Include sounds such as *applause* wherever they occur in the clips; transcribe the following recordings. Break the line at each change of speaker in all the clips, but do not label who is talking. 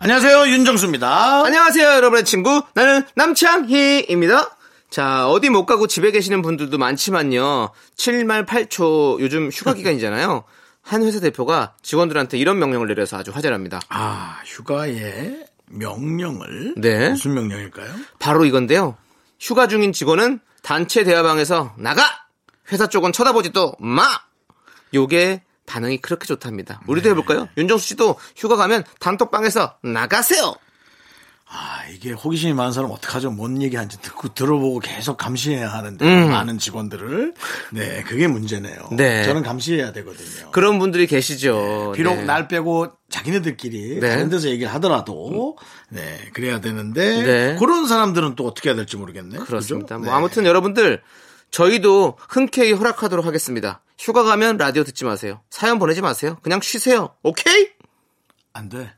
안녕하세요 윤정수입니다.
안녕하세요, 여러분의 친구. 나는 남창희입니다. 자, 어디 못 가고 집에 계시는 분들도 많지만요. 7말 8초 요즘 휴가 기간이잖아요. 한 회사 대표가 직원들한테 이런 명령을 내려서 아주 화제랍니다.
아 휴가의 명령을
네.
무슨 명령일까요?
바로 이건데요. 휴가 중인 직원은 단체 대화방에서 나가! 회사 쪽은 쳐다보지도 마! 요게 반응이 그렇게 좋답니다.
네.
우리도 해볼까요? 윤정수 씨도 휴가 가면 단톡방에서 나가세요!
아 이게 호기심이 많은 사람 어떡하죠? 뭔 얘기하는지 듣고 들어보고 계속 감시해야 하는데 많은 직원들을 네 그게 문제네요.
음. 네.
저는 감시해야 되거든요.
그런 분들이 계시죠.
비록
네.
날 빼고 자기네들끼리
네.
다른 데서 얘기를 하더라도 네 그래야 되는데
네.
그런 사람들은 또 어떻게 해야 될지 모르겠네.
그렇습니다.
그죠?
뭐
네.
아무튼 여러분들 저희도 흔쾌히 허락하도록 하겠습니다. 휴가 가면 라디오 듣지 마세요. 사연 보내지 마세요. 그냥 쉬세요. 오케이?
안 돼.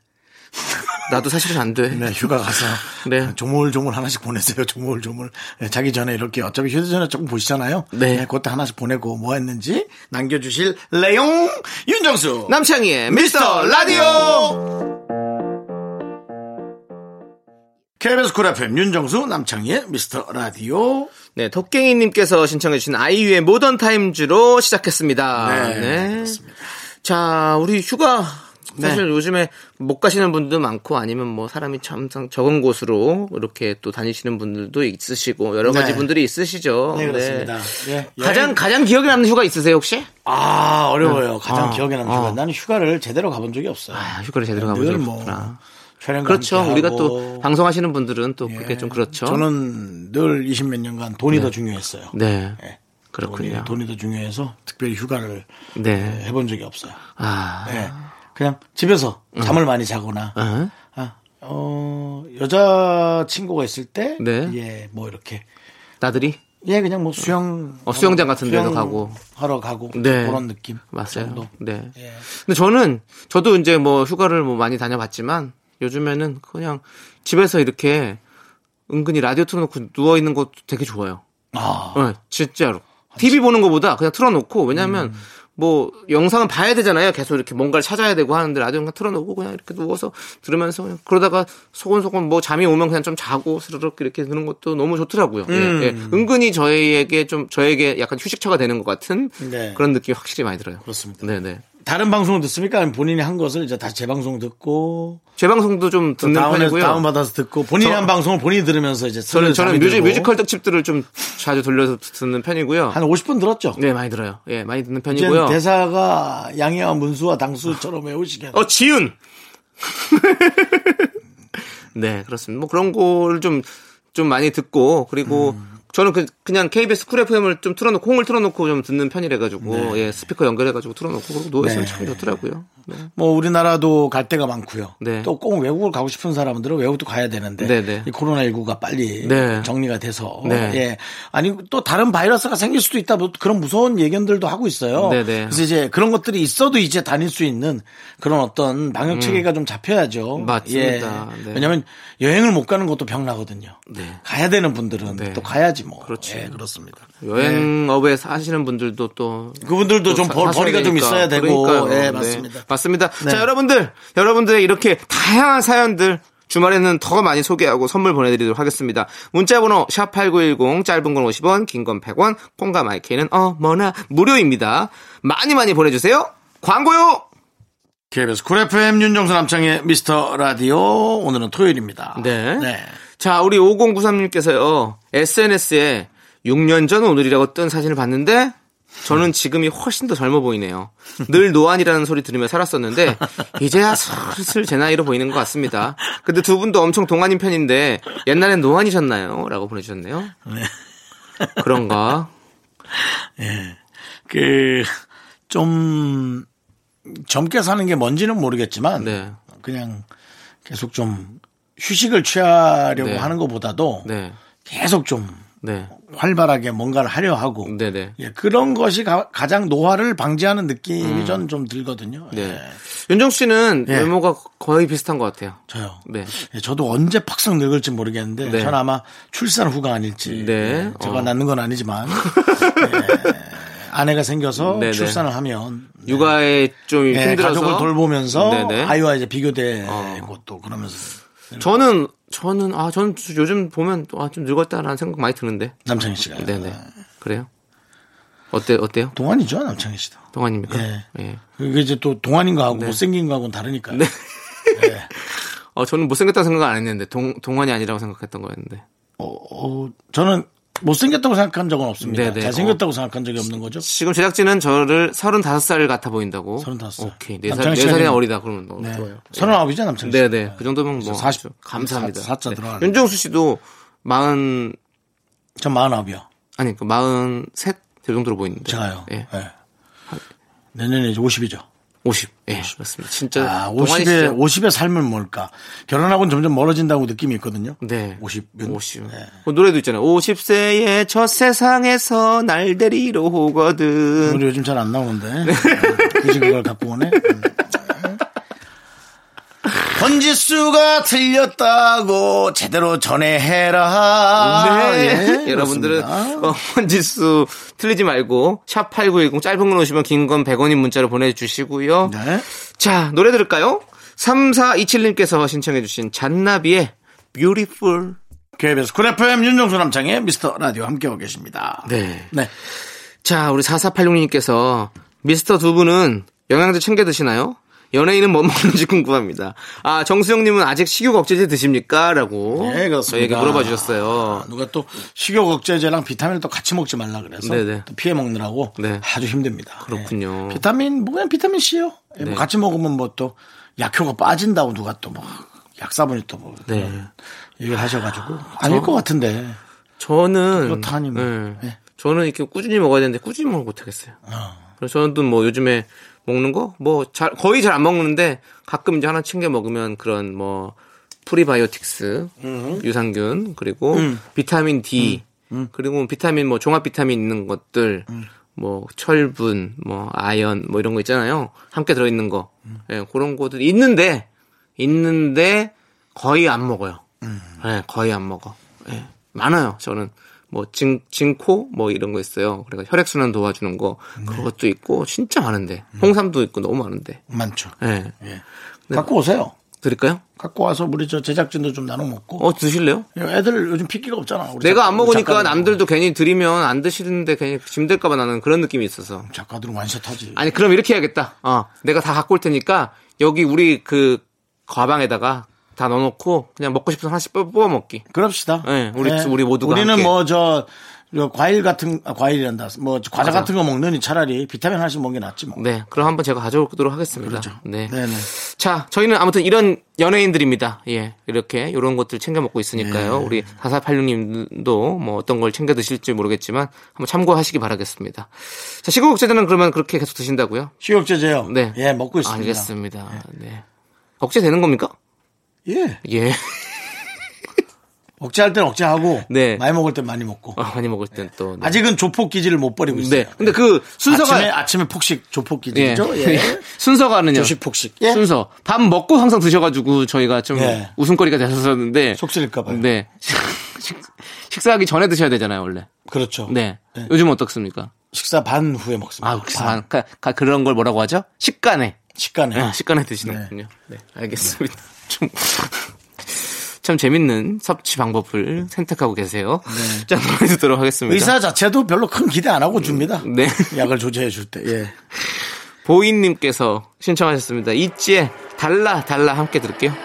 나도 사실은 안 돼.
네, 휴가 가서
*laughs* 네.
조물조물 하나씩 보내세요. 조물조물 네, 자기 전에 이렇게 어차피 휴대전화 조금 보시잖아요.
네.
그것도 하나씩 보내고 뭐 했는지 남겨주실 레용 윤정수
남창희의 미스터 라디오.
KBS 쿨 FM 윤정수 남창희의 미스터 라디오.
네, 덕갱이님께서 신청해주신 아이유의 모던 타임즈로 시작했습니다.
네, 그렇습니다. 네.
자, 우리 휴가. 사실 요즘에 못 가시는 분도 많고 아니면 뭐 사람이 참 적은 곳으로 이렇게 또 다니시는 분들도 있으시고 여러 가지
네.
분들이 있으시죠.
네, 그렇습니다. 예,
가장
여행-
가장 기억에 남는 휴가 있으세요 혹시?
아 어려워요. 가장
아,
기억에 남는
아.
휴가. 나는 휴가를 제대로 가본 적이 없어요.
아, 휴가를 제대로 가본
늘
적이
뭐
없구나.
촬영
그렇죠. 우리가 또 방송하시는 분들은 또 그게 좀 그렇죠.
저는 늘 20 몇 년간 돈이 더 중요했어요.
네.
예. 돈이,
그렇군요.
돈이 더 중요해서 특별히 휴가를 예,
네.
해본 적이 없어요.
아. 음.
예. 그냥 집에서 잠을 많이 자거나,
어?
아, 어, 여자 친구가 있을 때,
네.
예, 뭐 이렇게,
나들이?
예, 그냥 뭐 수영,
어, 수영장 같은 데도 가고.
하러 가고
네.
그런 느낌
맞아요.
정도.
네.
예.
근데 저는 저도 이제 뭐 휴가를 뭐 많이 다녀봤지만 요즘에는 그냥 집에서 이렇게 은근히 라디오 틀어놓고 누워 있는 것도 되게 좋아요.
아,
네, 진짜로. TV 보는 것보다 그냥 틀어놓고, 왜냐면,
음.
뭐, 영상은 봐야 되잖아요. 계속 이렇게 뭔가를 찾아야 되고 하는데, 라디오 그냥 틀어놓고, 그냥 이렇게 누워서 들으면서, 그냥 그러다가 소곤소곤 뭐 잠이 오면 그냥 좀 자고, 스르륵 이렇게 드는 것도 너무 좋더라고요. 예,
음.
예. 은근히 저에게 좀, 저에게 약간 휴식처가 되는 것 같은
네.
그런 느낌이 확실히 많이 들어요.
그렇습니다.
네네.
다른 방송을 듣습니까? 아니면 본인이 한 것을 이제 다시 재방송 듣고
재방송도 좀 듣는
다운해서
편이고요.
다운받아서 듣고 본인이
저-
한 방송을 본인이 들으면서 이제
저는,
슬슬
저는
잠이
뮤직,
들고.
뮤지컬 특집들을 좀 자주 돌려서 듣는 편이고요.
한 50분 들었죠.
네, 많이 들어요. 예, 많이 듣는
이제
편이고요.
대사가 양해와 문수와 당수처럼 외우시게.
어, 지윤! *laughs* 네, 그렇습니다. 뭐 그런 걸 좀, 좀 많이 듣고, 그리고 저는 그, 그냥 KBS 쿨 FM을 좀 틀어놓고, 콩을 틀어놓고 좀 듣는 편이라가지고, 예, 스피커 연결해가지고 틀어놓고, 그러고 누워있으면
네.
참 좋더라고요. 네.
뭐 우리나라도 갈 데가 많고요.
네.
또 꼭 외국을 가고 싶은 사람들은 외국도 가야 되는데
네네.
이 코로나 19가 빨리
네.
정리가 돼서
네.
예 아니 또 다른 바이러스가 생길 수도 있다 뭐 그런 무서운 예견들도 하고 있어요.
네네.
그래서 이제 그런 것들이 있어도 이제 다닐 수 있는 그런 어떤 방역 체계가 좀 잡혀야죠.
음.
예.
맞습니다. 네.
왜냐하면 여행을 못 가는 것도 병나거든요.
네.
가야 되는 분들은
네.
또 가야지 뭐.
그렇지.
예, 그렇습니다.
여행업에 사시는 분들도 또
그분들도 좀
사-
벌,
사셔야
벌이가 좀
되니까.
있어야 되고.
그러니까요.
예,
네,
맞습니다.
맞습니다.
네.
자, 여러분들, 여러분들의 이렇게 다양한 사연들 주말에는 더 많이 소개하고 선물 보내드리도록 하겠습니다. 문자번호 샵8910 짧은 건 50원, 긴 건 100원, 콩과 마이크는 어머나 무료입니다. 많이 많이 보내주세요. 광고요.
KBS 쿨 FM 윤정수 남창의 미스터 라디오 오늘은 토요일입니다.
네. 자, 우리 5093님께서요 SNS에 6년 전 오늘이라고 뜬 사진을 봤는데 저는 지금이 훨씬 더 젊어 보이네요. 늘 노안이라는 소리 들으며 살았었는데 이제야 슬슬 제 나이로 보이는 것 같습니다. 근데 두 분도 엄청 동안인 편인데 옛날엔 노안이셨나요? 라고 보내주셨네요. 그런가?
그 좀 젊게 사는 게 뭔지는 모르겠지만
네.
그냥 계속 좀 휴식을 취하려고
네.
하는 것보다도
네.
계속 좀
네.
활발하게 뭔가를 하려 하고
네, 네.
예, 그런 것이 가, 장 노화를 방지하는 느낌이 전 좀 들거든요.
음. 네.
예,
윤정 씨는
예.
외모가 거의 비슷한 것 같아요.
저요.
네.
예, 저도 언제 팍성 늙을지 모르겠는데
네.
저는 아마 출산 후가 아닐지
네.
예, 제가
어.
낳는 건
*laughs*
아니지만 예, 아내가 생겨서
네, 네.
출산을 하면
육아에 좀
예,
힘들어서
가족을 돌보면서
네네.
아이와 이제 비교되고
어.
또 그러면서
저는 저는 아 저는 요즘 보면 아 좀 늙었다라는 생각 많이 드는데.
남창희 씨가
네, 네. 그래요? 어때 어때요?
동안이죠 남창희 씨도
동안입니까?
예.
예.
그게 이제 또 동안인 거하고
네.
못생긴 거하고는 다르니까요.
어 저는 못생겼다고 생각 안 했는데 동 동안이 아니라고 생각했던 거였는데.
어, 어, 저는 못생겼다고 생각한 적은 없습니다.
네네. 어.
잘생겼다고 생각한 적이 없는 거죠.
지금 제작진은 저를 35살 같아 보인다고.
35살.
오케이. 네살
남창희
네
씨는-
살이나 어리다 그러면 너무
네.
좋아요.
서른아홉이죠 남창희 씨.
네, 네. 그 정도면 뭐
40
감사합니다.
사- 사자 들어가네.
윤종수 씨도 40
전 마흔아홉이요.
아니 그 43? 그 정도로 보이는데.
제가요.
예.
예. 내년에 이제 50이죠.
50. 예. 그렇습니다. 진짜
아,
동안이시죠?
50의, 50의 삶은 뭘까? 결혼하고는 점점 멀어진다고 느낌이 있거든요.
네.
50.
50.
네.
그 노래도 있잖아요. 50세의 저 세상에서 날 데리러 오거든.
우리 요즘 잘 안
네.
나오는데. 네. 굳이 그걸 갖고 오네. 음. 번지수가 틀렸다고 제대로 전해해라.
네.
예,
*laughs* 여러분들은
그렇습니다.
어, 지수 틀리지 말고 샵 8910 짧은 건 오시면 긴 건 100원인 문자로 보내주시고요.
네.
자 노래 들을까요? 3427님께서 신청해 주신 잔나비의 Beautiful
KBS 쿨 FM 윤정수 남창의 미스터 라디오 함께하고 계십니다.
네.
네.
자 우리 4486님께서 미스터 두 분은 영양제 챙겨 드시나요? 연예인은 뭐 먹는지 궁금합니다. 아 정수영님은 아직 식욕 억제제 드십니까? 라고
네, 그렇습니다.
저희에게 물어봐 주셨어요.
아, 누가 또 식욕 억제제랑 비타민을 또 같이 먹지 말라 그래서
네네.
또 피해 먹느라고
네.
아주 힘듭니다.
그렇군요.
예. 비타민 뭐 그냥 비타민 C요. 예, 뭐
네.
같이 먹으면 뭐 또 약효가 빠진다고 누가 또 뭐 약사분이 또뭐
네.
얘기를 하셔가지고 아닐 것 같은데
저는
그렇다 아니면.
예.
예. 아.
저는 이렇게 꾸준히 먹어야 되는데 꾸준히 먹을 못하겠어요. 그래서 저는 또 뭐 요즘에 먹는 거 뭐 잘 거의 잘 안 먹는데 가끔 이제 하나 챙겨 먹으면 그런 뭐 프리바이오틱스
음.
유산균 그리고 비타민 D 그리고 비타민 뭐 종합 비타민 있는 것들
음.
뭐 철분 뭐 아연 뭐 이런 거 있잖아요 함께 들어 있는 거
음.
예, 그런 것들이 있는데 있는데 거의 안 먹어요. 예, 거의 안 먹어. 예, 많아요. 저는 뭐 진, 진코 뭐 이런 거 있어요. 그래서 혈액순환 도와주는 거
네.
그것도 있고 진짜 많은데 홍삼도 있고 너무 많은데.
많죠.
예,
예. 갖고 오세요.
드릴까요?
갖고 와서 우리 저 제작진도 좀 나눠 먹고. 예,
어 드실래요?
애들 요즘 피기가 없잖아. 우리
내가 안
작가-
먹으니까
작가들은.
남들도 괜히 드리면 안 드시는데 괜히 짐될까봐 나는 그런 느낌이 있어서.
작가들은 완샷하지.
아니 그럼 이렇게 해야겠다. 어, 내가 다 갖고 올 테니까 여기 우리 그 가방에다가 다 넣어놓고 그냥 먹고 싶은 거 하나씩 뽑- 뽑아 먹기.
그럽시다. 네.
예, 우리- 우리 모두가
우리는
함께.
뭐저 과일 같은 아, 과일이란다. 뭐 과자
맞아.
같은 거 먹느니 차라리 비타민 하나씩 먹는 게 낫지 뭐.
네, 그럼 한번 제가 가져오도록 하겠습니다. 네.
그렇죠. 네네.
자, 저희는 아무튼 이런 연예인들입니다. 예. 이렇게, 이런 것들 챙겨 먹고 있으니까요.
네.
우리 4486님도 뭐 어떤 걸 챙겨 드실지 모르겠지만 한번 참고하시기 바라겠습니다. 자, 시국국제자는 그러면 그렇게 계속 드신다고요?
식욕제제요.
네.
예, 먹고 있습니다.
알겠습니다. 네. 억제되는 겁니까?
예.
예. *laughs*
억제할 땐 억제하고
네.
많이 먹을 땐 많이 먹고.
어, 많이 먹을 땐 또. 네.
아직은 조폭 기질을 못 버리고 있어요.
네. 근데 그 순서가.
아침에 아침에 폭식 조폭
예.
기질이죠. 예.
*laughs* 순서가는요.
조식 폭식. 예.
순서. 밥 먹고 항상 드셔가지고 저희가 좀
예.
웃음거리가 됐었는데.
속 쓰릴까 봐요.
네. *laughs* 식- 식사하기 전에 드셔야 되잖아요, 원래.
그렇죠.
네.
네.
요즘 어떻습니까?
식사 반 후에 먹습니다. 네.
아, 그렇구나. 가- 가- 그런 걸 뭐라고 하죠? 식간에.
식간에.
아, 식간에 드시는군요. 네. 알겠습니다. *laughs* 좀. 참 재밌는 섭취 방법을 선택하고 계세요. *laughs* 자, 노래 듣도록 하겠습니다.
네. 의사 자체도 별로 큰 기대 안 하고 줍니다.
네.
약을 조제해 줄 때. 예.
보인님께서 신청하셨습니다. 있지에 달라, 달라 함께 들을게요.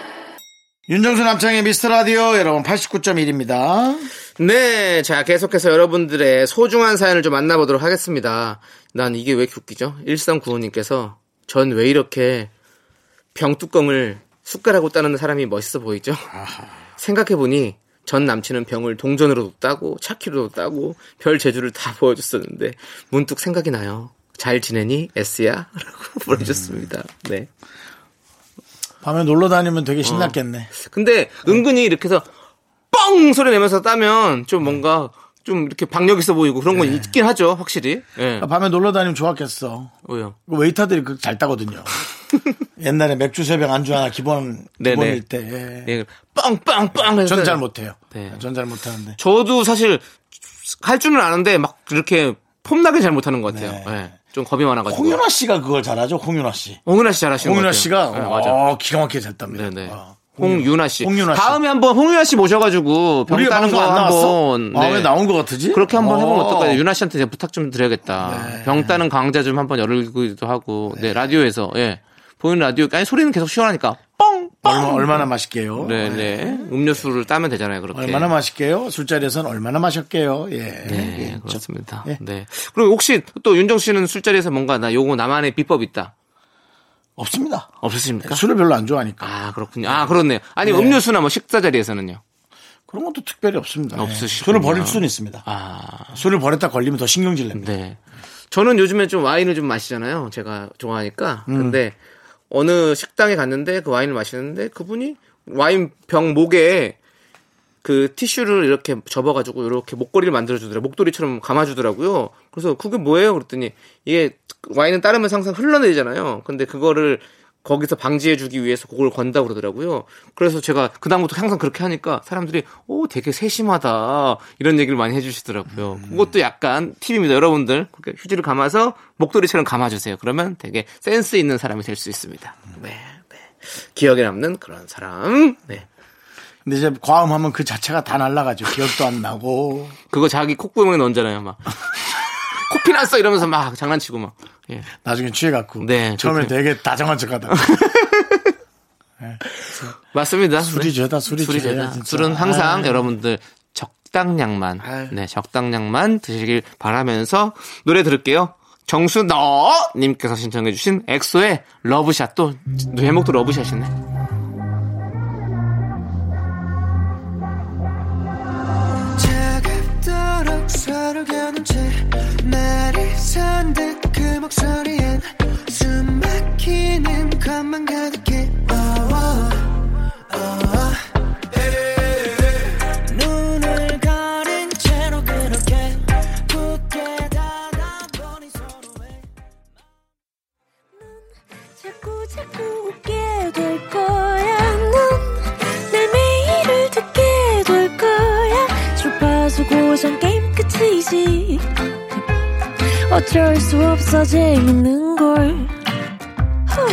윤정수 남창의 미스터 라디오 여러분 89.1입니다.
네, 자 계속해서 여러분들의 소중한 사연을 좀 만나보도록 하겠습니다. 난 이게 왜 이렇게 웃기죠? 1395님께서 전 왜 이렇게 병뚜껑을 숟가락으로 따는 사람이 멋있어 보이죠? 생각해보니 전 남친은 병을 동전으로도 따고 차키로도 따고 별 재주를 다 보여줬었는데 문득 생각이 *laughs* 나요. 잘 지내니? S야? 라고 보내주셨습니다. 네.
밤에 놀러 다니면 되게 신났겠네.
근데 은근히 이렇게 해서 뻥 소리 내면서 따면 좀
네.
뭔가 좀 이렇게 박력 있어 보이고 그런 건 있긴 하죠, 확실히. 예.
밤에 놀러 다니면 좋았겠어.
왜요?
그 웨이터들이 그잘
*laughs*
따거든요. 옛날에 맥주 세 병 안주 하나 기본
네네.
기본일 때.
예. 뻥뻥뻥 해서.
전 잘 못해요.
네.
전 잘 못하는데.
저도 사실 할 줄은 아는데 막 그렇게 폼나게 잘 못하는 것 같아요. 예. 좀 겁이 많아가지고.
네. 홍윤아 씨가 그걸 잘하죠. 홍윤아 씨.
홍윤아 씨 잘하시는 것
홍윤아
같아요.
씨가
예, 맞아.
어, 기가 막히게 잘 땁니다.
네네.
어.
홍윤아 씨.
홍윤아 씨.
다음에 한번 홍윤아 씨 모셔가지고 병
우리가
따는
방송
거
안 나왔어?
한번. 네.
아, 왜 나온 것 같으지?
그렇게 한번 해보면
어. 네.
어떨까요? 윤아 씨한테 제가 부탁 좀 드려야겠다. 병 따는 강좌 좀 한번 열기도 하고, 네, 라디오에서, 예. 보이는 라디오, 아니, 소리는 계속 시원하니까, 뻥!
얼마, 얼마나 맛있게요? 어,
네, 네. 음료수를 따면 되잖아요, 그렇게.
얼마나 맛있게요? 술자리에서는 얼마나 마셨게요? 예. 예,
네,
그렇죠.
그렇습니다.
예.
네. 그럼 혹시 또 윤정 씨는 술자리에서 뭔가 나 요거 나만의 비법 있다.
없습니다.
없으십니까?
네, 술을 별로 안 좋아하니까.
아, 그렇군요. 아, 그렇네요. 아니, 음료수나 뭐 식사 자리에서는요.
그런 것도 특별히 없습니다. 예.
없으시구나.
술을 버릴 수는 있습니다.
아,
술을 버렸다 걸리면 더 신경질 냅니다.
네. 저는 요즘에 좀 와인을 좀 마시잖아요. 제가 좋아하니까. 근데 어느 식당에 갔는데 그 와인을 마시는데 그분이 와인 병 목에 그 티슈를 이렇게 접어가지고 이렇게 목걸이를 만들어주더라고요. 목도리처럼 감아주더라고요. 그래서 그게 뭐예요? 그랬더니 이게 와인은 따르면 항상 흘러내리잖아요. 근데 그거를 거기서 방지해주기 위해서 그걸 건다 그러더라고요. 그래서 제가 그다음부터 항상 그렇게 하니까 사람들이 오 되게 세심하다 이런 얘기를 많이 해주시더라고요. 그것도 약간 팁입니다, 여러분들. 그렇게 휴지를 감아서 목도리처럼 감아주세요. 그러면 되게 센스 있는 사람이 될 수 있습니다. 네, 네. 기억에 남는 그런 사람. 네.
근데 이제 과음하면 그 자체가 다 날라가죠. 기억도 안 나고.
그거 자기 콧구멍에 넣잖아요, 막. *laughs* 코피 났어! 이러면서 막 장난치고 막. 예.
나중에 취해갖고.
네,
처음에
그렇게.
되게 다정한 척
*laughs*
하다가.
맞습니다.
술이
네.
죄다, 술이 죄야,
죄다.
진짜.
술은 항상
아유.
여러분들 적당량만, 네, 적당량만 드시길 바라면서 노래 들을게요. 정수 너님께서 신청해주신 엑소의 러브샷 또 제목도 러브샷이네.
차갑도록 서로 겨눈 채 말이 선듯 그 목소리엔 숨 막히는 것만 가득해 Oh, oh. 눈을 가린 채로 그렇게 굳게 닫아버린 서로의
자꾸 자꾸 웃게 될 거야. 넌내 매일을 듣게 될 거야. 주파수 고정 게임 끝이지. 어쩔 수 없어 재밌는 걸. 후.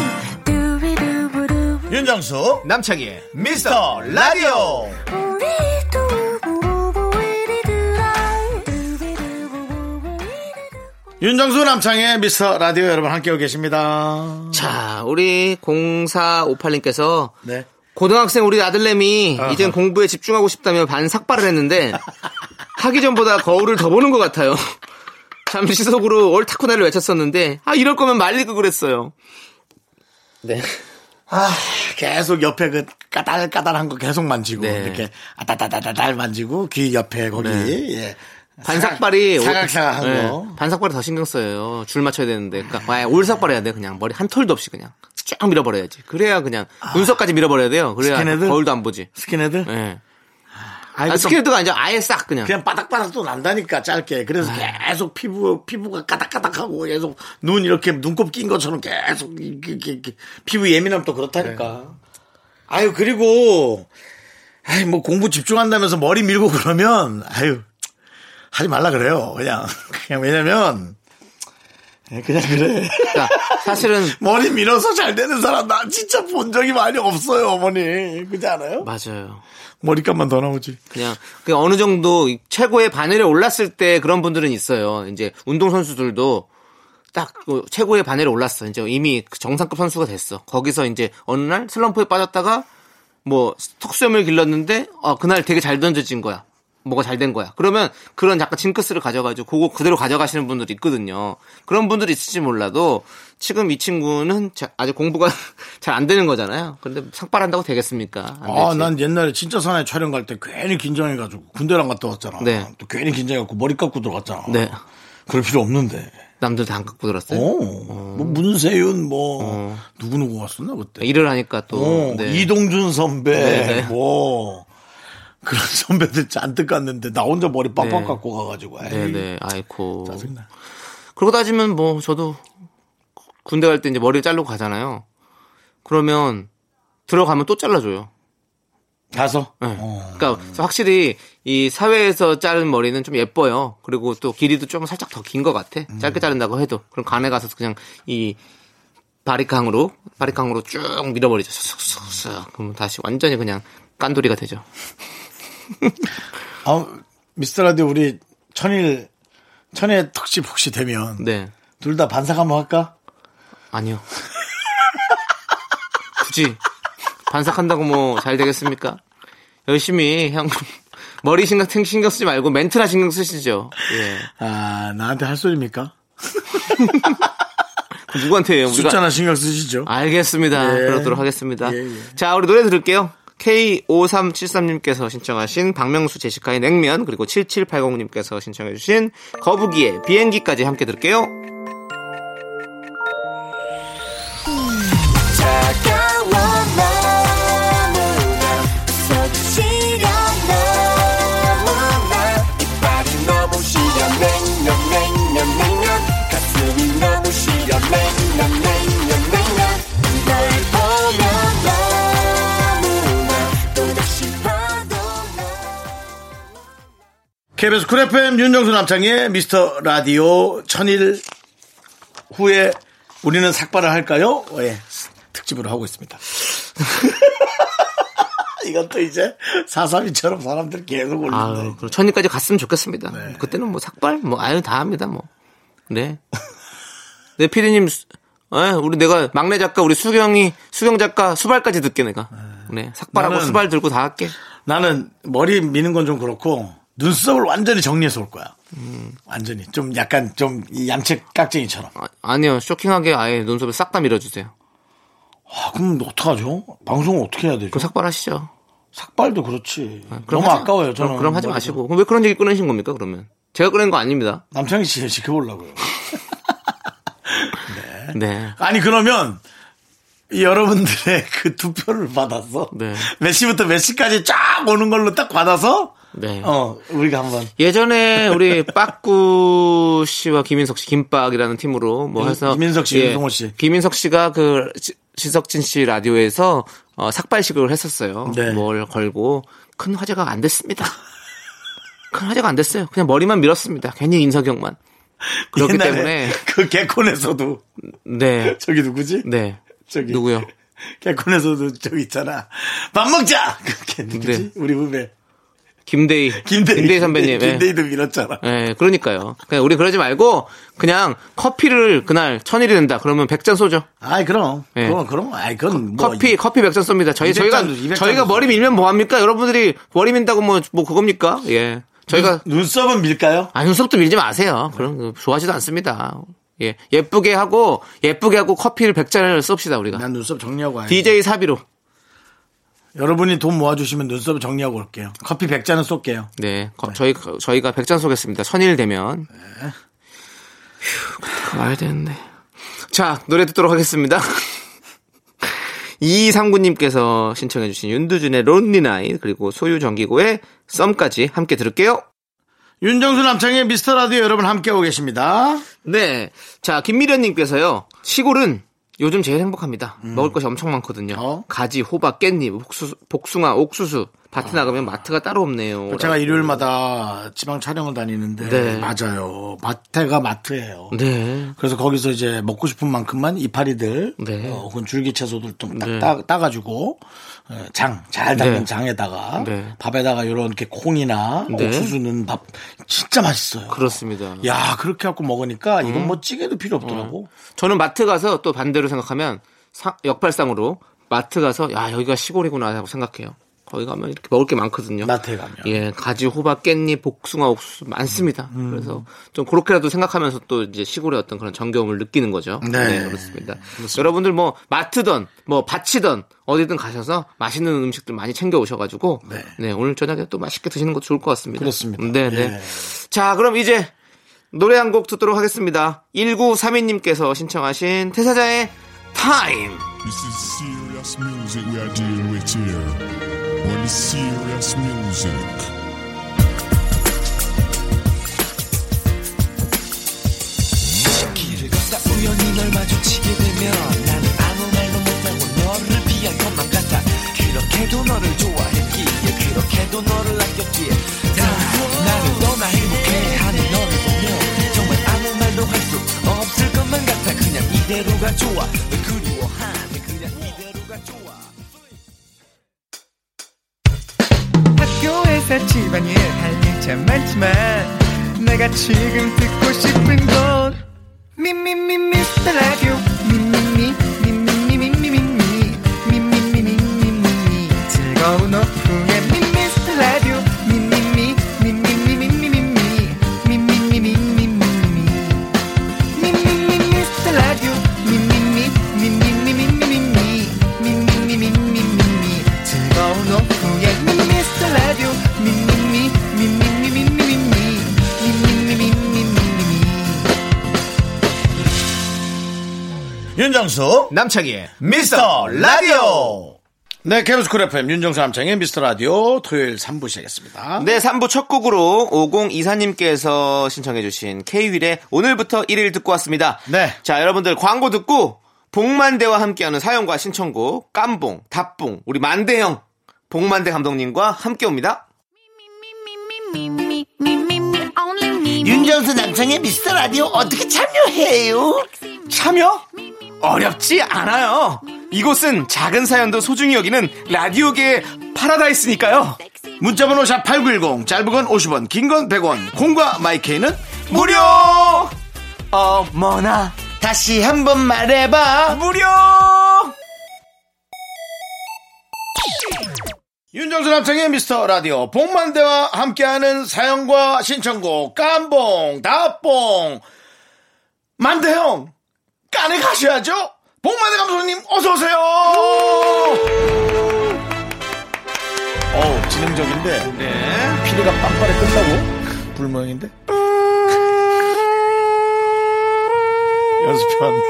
두비두부두.
윤정수,
남창희의
미스터 라디오!
우리 두부부부 우리들아. 두비두부부부 우리들아.
윤정수 남창의 미스터 라디오 여러분 함께하고 계십니다.
자, 우리 0458님께서
네.
고등학생 우리 아들내미 이젠 공부에 집중하고 싶다며 반 삭발을 했는데 하기 전보다 거울을 더 보는 것 같아요. *laughs* 잠시 속으로 옳다코나를 외쳤었는데 아 이럴 거면 말리고 그랬어요. 네.
아, 계속 옆에 그 까달까달한 거 계속 만지고
네.
이렇게 아다다다다달 만지고 귀 옆에 거기 예.
네. 반삭발이
사각- 사각사각한
네,
거.
반삭발이 더 신경 써요. 줄 맞춰야 되는데. 그러니까 아예 올삭발해야 돼 그냥 머리 한 털도 없이 그냥 쫙 밀어버려야지. 그래야 그냥 눈썹까지 밀어버려야 돼요. 그래야
아. 스킨헤드?
거울도 안 보지.
스킨헤드?
예.
아,
아,
이거 좀
스킨헤드가 아니라 아예 싹 그냥.
그냥 바닥바닥 또 난다니까 짧게. 그래서
네.
계속 피부 피부가 까닥까닥하고 계속 눈 이렇게 눈곱 낀 것처럼 계속 이렇게, 이렇게, 이렇게. 피부 예민함 또 그렇다니까.
네.
아유 그리고 아이 뭐 공부 집중한다면서 머리 밀고 그러면 아유 하지 말라 그래요. 그냥 *laughs* 그냥 왜냐면 그냥 그래. *laughs*
그러니까 사실은
머리 밀어서 잘 되는 사람 나 진짜 본 적이 많이 없어요 어머니 그지 않아요?
맞아요.
머리값만 더 나오지.
그냥 그 어느 정도 이 최고의 바늘에 올랐을 때 그런 분들은 있어요. 이제 운동 선수들도 딱그 최고의 바늘에 올랐어. 이제 이미 그 정상급 선수가 됐어. 거기서 이제 어느 날 슬럼프에 빠졌다가 뭐 턱수염을 길렀는데 아 그날 되게 잘 던져진 거야. 뭐가 잘 된 거야. 그러면 그런 약간 징크스를 가져가지고 그거 그대로 가져가시는 분들이 있거든요. 그런 분들이 있을지 몰라도 지금 이 친구는 자- 아직 공부가 *laughs* 잘 안 되는 거잖아요. 근데 삭발한다고 되겠습니까? 안
아,
되지.
난 옛날에 진짜 사나이 촬영 갈 때 괜히 긴장해가지고 군대랑 갔다 왔잖아.
네.
또 괜히 긴장해갖고 머리 깎고 들어갔잖아.
네.
그럴 필요 없는데.
남들 다 안 갖고 들었어요.
어, 뭐 문세윤 뭐 누구 누구 갔었나 그때.
네, 일을 하니까 또
어,
네.
이동준 선배
네, 네.
뭐 그런 *laughs* 선배들 잔뜩 갔는데 나 혼자 머리 빡빡
네.
갖고 가가지고. 에이,
네네 아이코.
짜증나.
그러고 따지면 뭐 저도 군대 갈 때 이제 머리를 자르고 가잖아요. 그러면 들어가면 또 잘라줘요.
가서. 어.
네. 그러니까 확실히 이 사회에서 자른 머리는 좀 예뻐요. 그리고 또 길이도 좀 살짝 더 긴 것 같아.
음.
짧게 자른다고 해도 그럼 간에 가서 그냥 이 바리캉으로 바리캉으로 쭉 밀어버리죠. 쓱쓱쓱. 그럼 다시 완전히 그냥 깐돌이가 되죠.
아 미스터 라디오 우리 천일 천일 특집 혹시 되면
네.
둘 다 반삭 한번 할까?
아니요. *laughs* 굳이 반삭한다고 뭐 잘 되겠습니까? 열심히 형 *laughs* 머리 신경 신경 쓰지 말고 멘트나 신경 쓰시죠. 예.
아 나한테 할 소리입니까?
그 누구한테 해요? 우리가
숫자나 신경 쓰시죠.
알겠습니다.
예.
그러도록 하겠습니다.
예, 예.
자, 우리 노래 들을게요. K5373님께서 신청하신 박명수 제시카의 냉면 그리고 7780님께서 신청해주신 거북이의 비행기까지 함께 들을게요.
차가워 너무나 속시려 너무나 이빨이 너무 시려 냉면 냉면 냉면 가슴이 너무 시려 냉면 냉면 냉면 널 보면 너무나 또다시 봐도
KBS 쿨 FM 윤정수 남창의 미스터 라디오 천일 후에 우리는 삭발을 할까요? 어, 예. 특집으로 하고 있습니다. *laughs* 이건 또 이제 432처럼 사람들 계속 올리네. 네.
아, 그럼 천일까지 갔으면 좋겠습니다. 그때는 뭐 삭발, 뭐 아유 다 합니다 뭐.
*laughs*
네. 네 피디님, 수- 에, 우리 내가 막내 작가 우리 수경이 수경 작가 수발까지 듣게 내가. 네 삭발하고
나는-
수발 들고 다 할게.
나는 머리 미는 건 좀 그렇고 눈썹을 완전히 정리해서 올 거야. 완전히 좀 약간 좀이 얌체 깍쟁이처럼.
아, 니요 쇼킹하게 아예 눈썹을 싹 다 밀어주세요.
아, 그럼 어떡하죠? 방송을 어떻게 해야 되죠?
그럼 삭발하시죠.
삭발도 그렇지.
그럼
너무
하지-
아까워요. 저는
그럼, 그럼 하지
머리가.
마시고. 그럼 왜 그런 얘기 꺼내신 겁니까, 그러면? 제가 꺼낸 거 아닙니다.
남창희 씨 지켜보려고요.
네.
아니 그러면 여러분들의 *laughs* 그 투표를 받아서
네.
몇 시부터 몇 시까지 쫙 오는 걸로 딱 받아서
네.
어 우리가 한번
예전에
*laughs*
우리 빠꾸 씨와 김인석 씨, 김빡이라는 팀으로 뭐
김-
해서.
김인석 씨, 윤성호 씨.
김인석 씨가 그 지- 지석진 씨 라디오에서 어, 삭발식을 했었어요.
네.
뭘 걸고 큰 화제가 안 됐습니다. 큰 화제가 안 됐어요. 그냥 머리만 밀었습니다. 괜히 인사경만. 그렇기
옛날에
때문에.
*laughs* 그 개콘에서도 *laughs*
네.
저기 누구지?
네.
저기
누구요?
*laughs* 개콘에서도 저기 있잖아. 밥 먹자. 그게 누구지? 우리 후배
네. 김대희.
김대희,
선배님. 예.
*laughs* 김대희도 밀었잖아.
예, 그러니까요. 그냥 우리 그러지 말고 그냥 커피를 그날 천일이 된다. 그러면 100잔 쏘죠.
아이 그럼
네.
그건 그럼 아이 그건 뭐
커피 커피 100잔 쏩니다. 저희
200
저희가
잔도, 200 잔도
저희가
쏘죠.
머리 밀면 뭐 합니까? 여러분들이 머리 민다고 뭐 뭐 그겁니까? 예.
음.
저희가
눈썹은 밀까요?
아, 눈썹도 밀지 마세요. 그런 거 좋아하지도 않습니다. 예. 예쁘게 하고 예쁘게 하고 커피를 100잔을 쏩시다 우리가.
난 눈썹 정리하고 와야지.
DJ 사비로.
여러분이 돈 모아주시면 눈썹 정리하고 올게요. 커피 100잔은 쏠게요.
네. 거- 저희 저희가 100잔 쏘겠습니다. 천일 되면. 휴, 그때 와야 되는데. 자, 노래 듣도록 하겠습니다. *laughs* 2239님께서 신청해주신 윤두준의 론리나이 그리고 소유정기고의 썸까지 함께 들을게요.
윤정수 남창의 미스터 라디오 여러분 함께하고 계십니다.
네. 자, 김미련님께서요. 시골은 요즘 제일 행복합니다. 먹을 것이 엄청 많거든요.
어?
가지, 호박, 깻잎, 복수, 복숭아, 옥수수. 밭에 나가면 마트가 따로 없네요.
제가 일요일마다 지방 촬영을 다니는데
네.
맞아요. 마트가 마트예요.
네.
그래서 거기서 이제 먹고 싶은 만큼만 이파리들
네.
어, 혹은 줄기 채소들 좀 딱
네.
따가지고 어, 장 잘 담근
네.
장에다가
네.
밥에다가 이런 게 콩이나 뭐
네.
옥수수 넣은 밥 진짜 맛있어요.
그렇습니다. 음.
야 그렇게 갖고 먹으니까 이건 뭐 찌개도 필요 없더라고.
저는 마트 가서 또 반대로 생각하면 사- 역발상으로 마트 가서 야 여기가 시골이구나 하고 생각해요. 거기 가면 이렇게 먹을 게 많거든요. 음,
마트에 가면.
예, 가지, 호박, 깻잎, 복숭아, 옥수수 많습니다. 그래서 좀 그렇게라도 생각하면서 또 이제 시골의 어떤 그런 정겨움을 느끼는 거죠.
네.
그렇습니다. 여러분들 뭐 마트든 뭐 밭이든 어디든 가셔서 맛있는 음식들 많이 챙겨 오셔가지고
네.
네, 오늘 저녁에 또 맛있게 드시는 것도 좋을 것 같습니다.
그렇습니다.
네, 네.
예.
자, 그럼 이제 노래 한 곡 듣도록 하겠습니다. 1932님께서 신청하신 태사자의 타임.
This is serious music we are dealing with here. Only serious music.
길을 걷다 우연히 널 마주치게 되면 나는 아무 말도 못하고 너를 피한 것만 같아 그렇게도 너를 좋아했기에 그렇게도 너를 아꼈기에 나, 나는 너나 행복해 하는 너를 보며 정말 아무 말도 할 수 없을 것만 같아 그냥 이대로가 좋아 널 그리워하네 그냥 이대로가 좋아
학교에서 집안일 할 일 참 많지만 내가 지금 듣고 싶은 건 미미미 미스터 라디오 미미미 미미미 미미미 미미미 미미미 미미미 즐거운 오후에 미스터 라디오 미미미 미미미 미미미 미미미 미미미 미미미
윤정수
남창희의
미스터 라디오 네 KBS 쿨 FM 윤정수 남창의 미스터 라디오 토요일 3부 시작했습니다
네, 3부 첫 곡으로 502사님께서 신청해주신 K윌의 오늘부터 1일 듣고 왔습니다.
네.
자, 여러분들 광고 듣고 복만대와 함께하는 사연과 신청곡 깜봉, 답봉, 우리 만대형 복만대 감독님과 함께 옵니다.
윤정수 남창의 미스터 라디오 어떻게 참여해요?
참여? 어렵지 않아요. 이곳은 작은 사연도 소중히 여기는 라디오계의 파라다이스니까요.
문자번호 샵8910 짧은 건 50원 긴 건 100원 콩과 마이케이는
무료! 어머나,
다시 한번 말해봐
무료!
윤정수 남창의 미스터 라디오 복만대와 함께하는 사연과 신청곡 깜봉 다봉 만대형 깐에 가셔야죠 복만대 감독님 어서오세요 어우 진행적인데 피디가 빵빠레 끝나고 불멍인데 *laughs* 연습편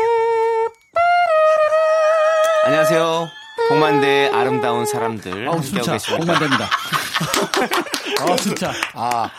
안녕하세요. 복만대의 아름다운 사람들.
아우
함께하고
진짜
계십니다.
공만 됩니다. 아 진짜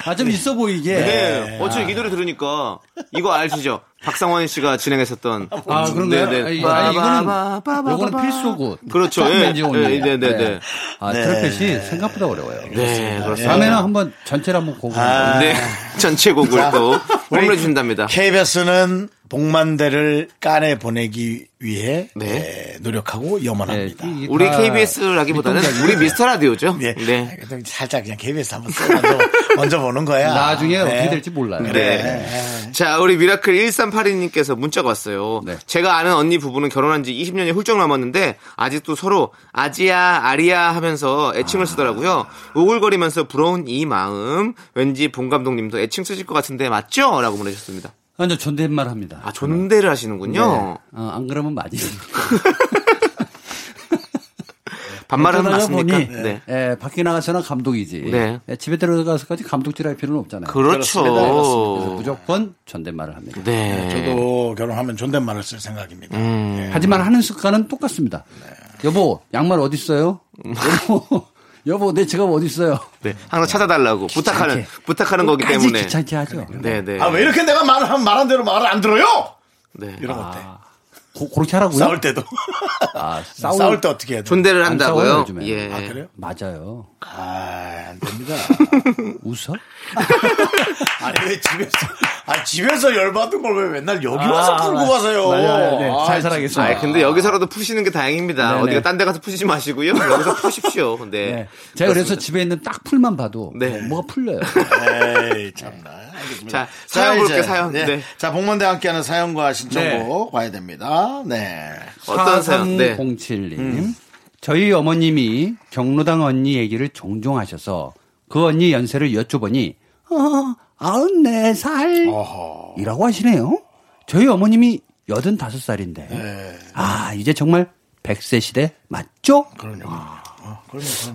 아좀 있어 보이게
네. 어차피 이 노래 들으니까 이거 아시죠? 박상원 씨가 진행했었던
아 그런가요?
네, 네.
아니,
바,
아니, 이거는
바, 바, 바,
요거는
바.
필수고
그렇죠.
딱
예.
맨지오는.
예, 네, 네, 네.
아 트럼펫이 생각보다 어려워요.
네, 그렇습니다.
다음에는 한번 전체를 한번 보고
네. 전체 곡을 또 홈런 준답니다.
KBS는 복만대를 깐에 보내기 위해
네.
네, 노력하고 염원합니다.
네, 이게
우리
다
KBS라기보다는 우리 미스터 라디오죠.
네.
네. 네.
그래도 살짝 그냥 KBS 한번 써 먼저, *laughs* 먼저 보는 거야.
나중에
네.
어떻게 될지 몰라요.
네. 자, 우리 미라클 1382님께서 문자가 왔어요.
네.
제가 아는 언니 부부는 결혼한 지 20년이 훌쩍 남았는데 아직도 서로 아지야, 아리야 하면서 애칭을 쓰더라고요. 오글거리면서 부러운 이 마음. 왠지 본 감독님도 애칭 쓰실 것 같은데 맞죠? 라고 보내셨습니다.
완전 아, 존댓말 합니다.
아, 존대를 하시는군요.
어, 안 그러면 많이.
*laughs*
네.
반말하면
어쩌다가
맞습니까?
보니,
네.
예, 밖에 나가서는 감독이지.
네.
예, 집에 들어가서까지 감독질 할 필요는 없잖아요. 그래서
그렇죠.
무조건 존댓말을 합니다.
네.
저도 결혼하면 존댓말을 쓸 생각입니다.
음. 하지만 하는 습관은 똑같습니다. 여보, 양말 어디 있어요? 여보, *laughs* 여보, 내 지갑 어디 있어요?
네. 항상 찾아달라고 부탁하는 부탁하는 거기
끝까지
때문에.
귀찮게 하죠.
네, 네.
아, 왜 이렇게 내가 말하면 말한 대로 말을 안 들어요?
네.
이런 것들.
고, 그렇게 하라고요?
싸울 때도. *laughs*
아,
싸울, 때 어떻게 해야 돼?
존대를
안 싸워요,
한다고요?
요즘에.
예.
아, 그래요?
맞아요.
아, 안 됩니다. *laughs*
*laughs* 웃어?
아니, 왜 집에서, 아, 집에서 열받은 걸 왜 맨날 여기 와서 아, 풀고 가세요?
아, 맞아요. 네, 잘 살아겠습니다.
아, 근데 여기서라도 푸시는 게 다행입니다.
네네.
어디가 딴 데 가서 푸시지
*laughs*
마시고요. 여기서 푸십시오. 네.
네. 제가 그래서 집에 있는 딱 풀만 봐도
네.
어, 뭐가 풀려요.
에이, 참나.
자, 사연 볼게요, 사연.
네.
네.
자, 복만대 함께하는 사연과 신청곡 봐야 됩니다. 네.
어떤 사연? 네.
4307님. 저희 어머님이 경로당 언니 얘기를 종종 하셔서 그 언니 연세를 여쭤보니, 어, 94살.
어.
이라고 하시네요. 저희 어머님이 85살인데.
네.
아, 이제 정말 100세 시대 맞죠?
그럼요.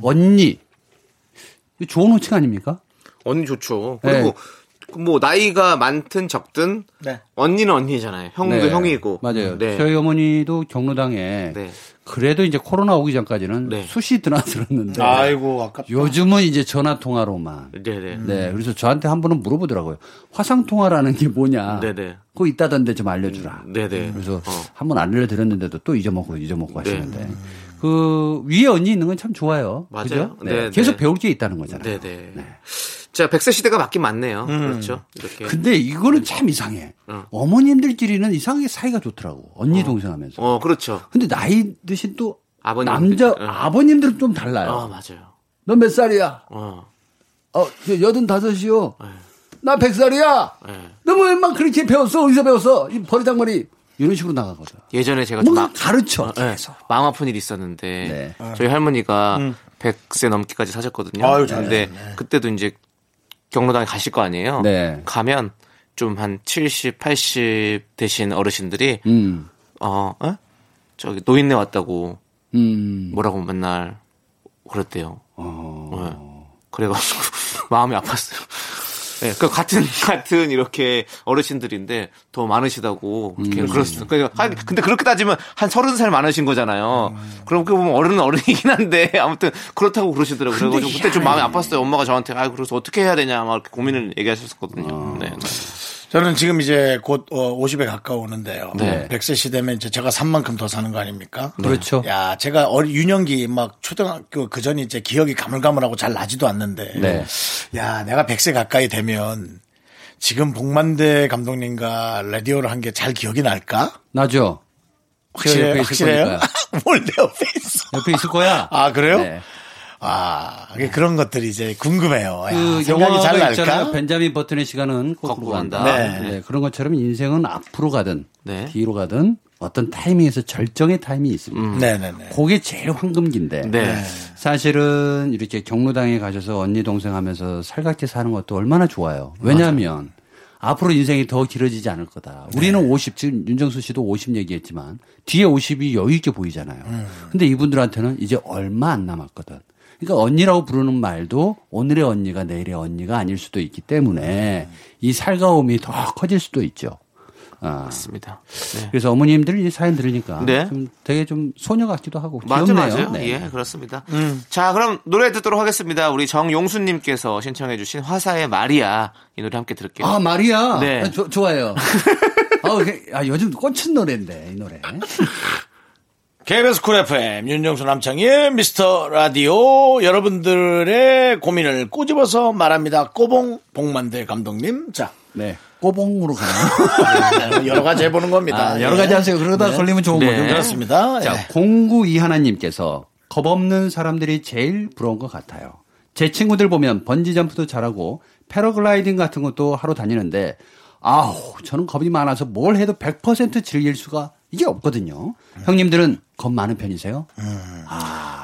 언니. 이거 좋은 호칭 아닙니까?
언니 좋죠. 그리고
네.
뭐 나이가 많든 적든
네.
언니는 언니잖아요. 형도
네.
형이고.
맞아요.
네.
저희 어머니도 경로당에
네.
그래도 이제 코로나 오기 전까지는
네. 예.
수시
네.
드나들었는데
아이고 아깝다.
요즘은 이제 전화 통화로만.
네네.
네. 그래서 저한테 한 번은 물어보더라고요. 화상 통화라는 게 뭐냐.
네네. 음,
그거 있다던데 좀 알려주라.
네네. 어. 네.
그래서 한 번 알려드렸는데도 또 잊어먹고 잊어먹고 하시는데 그 위에 언니 있는 건 참 좋아요.
맞아요.
그죠? 네.
네,
계속
네.
배울 게 있다는 거잖아요. 음.
네네. 자, 백세 시대가 맞긴 맞네요. 그렇죠. 이렇게.
근데 이거는 참
그러니까.
이상해. 어. 머님들끼리는 이상하게 사이가 좋더라고. 언니 동생 하면서.
어, 그렇죠.
근데 나이 드신 또
아버님들.
남자
어.
아버님들은 좀 달라요.
아, 맞아요.
너 몇 살이야?
어. 예,
어, 저 여든 다섯이요. 나 백 살이야.
네.
너뭐 만 그렇게 배웠어? 어디서 배웠어? 이 버리장머리 이런 식으로 나가거든.
예전에 제가 좀
뭔가
막-
가르쳐
예,
계속. 네.
마음 아픈 일이 있었는데 저희 할머니가 100세 넘기까지 사셨거든요.
음. 아유, 잘
근데 그때도 이제 경로당에 가실 거 아니에요.
네.
가면 좀 한 70, 80 되신 어르신들이
음,
어, 어? 저기 노인네 왔다고
음.
뭐라고 맨날 그랬대요.
어.
예. 그래가지고 *laughs* 마음이 아팠어요. 예, 그 같은 *laughs* 같은 이렇게 어르신들인데 더 많으시다고
음.
그렇게 그렇습니다. 그러니까 한- 근데 그렇게 따지면 한 서른 살 많으신 거잖아요. 그렇게 보면 어른은 어른이긴 한데 *laughs* 아무튼 그렇다고 그러시더라고요. 그래가지고 그때 좀 마음이 아팠어요. 엄마가 저한테 아 그래서 어떻게 해야 되냐 막 이렇게
음.
고민을
아.
얘기하셨었거든요. 네, 네.
저는 지금 이제 곧 어, 50에 가까우는데요.
네.
100세 시대면 이제 제가 산만큼더 사는 거 아닙니까?
그렇죠.
야, 제가 어리, 유년기 막 초등학교 그 전이 이제 기억이 가물가물하고 잘 나지도 않는데.
네.
야, 내가 100세 가까이 되면 지금 복만대 감독님과 라디오를 한 게 잘 기억이 날까?
나죠.
확실해,
옆에 있을
확실해요?
거니까요.
*laughs* 뭘 내 옆에 있어?
옆에 있을 거야.
*laughs* 아, 그래요?
네.
아, 이게 그런 것들이 이제 궁금해요. 야,
그
생각이 잘
영화가
날까?
있잖아요. 벤자민 버튼의 시간은 거꾸로
거꾸로
간다.
간다.
네.
네.
그런 것처럼 인생은 앞으로 가든
네.
뒤로 가든 어떤 타이밍에서 절정의 타이밍이 있습니다.
음. 네네네.
그게 제일 황금기인데
네.
사실은 이렇게 경로당에 가셔서 언니 동생 하면서 살갑게 사는 것도 얼마나 좋아요. 왜냐하면 앞으로 인생이 더 길어지지 않을 거다.
네.
우리는 50 지금 윤정수 씨도 50 얘기했지만 뒤에 50이 여유 있게 보이잖아요.
음.
근데 이분들한테는 이제 얼마 안 남았거든. 그러니까 언니라고 부르는 말도 오늘의 언니가 내일의 언니가 아닐 수도 있기 때문에
음.
이 살가움이 더 커질 수도 있죠. 아.
맞습니다. 네.
그래서 어머님들이 이 사연 들으니까
네.
좀 되게 좀 소녀 같기도 하고
맞아
귀엽네요.
맞아요.
네. 음.
예, 그렇습니다. 자, 그럼 노래 듣도록 하겠습니다. 우리 정용수 님께서 신청해 주신 화사의 마리아 이 노래 함께 들을게요.
아 마리아.
네.
아, 조- 좋아요. 아, 그- 아, 요즘 꽂힌 노래인데 이 노래.
KBS 쿨 FM 윤정수 남창희의 미스터 라디오 여러분들의 고민을 꼬집어서 말합니다. 꼬봉 복만대 감독님 자 아,
네. 꼬봉으로 가나?
여러 가지 해보는 겁니다. 예.
아, 여러 가지 하세요. 그러다 걸리면 좋은
네.
거죠.
그렇습니다.
자,
예.
공구 이하나님께서 겁 없는 사람들이 제일 부러운 것 같아요. 제 친구들 보면 번지점프도 잘하고 패러글라이딩 같은 것도 하러 다니는데 아우 저는 겁이 많아서 뭘 해도 100% 즐길 수가 이게 없거든요. 형님들은 겁 많은 편이세요?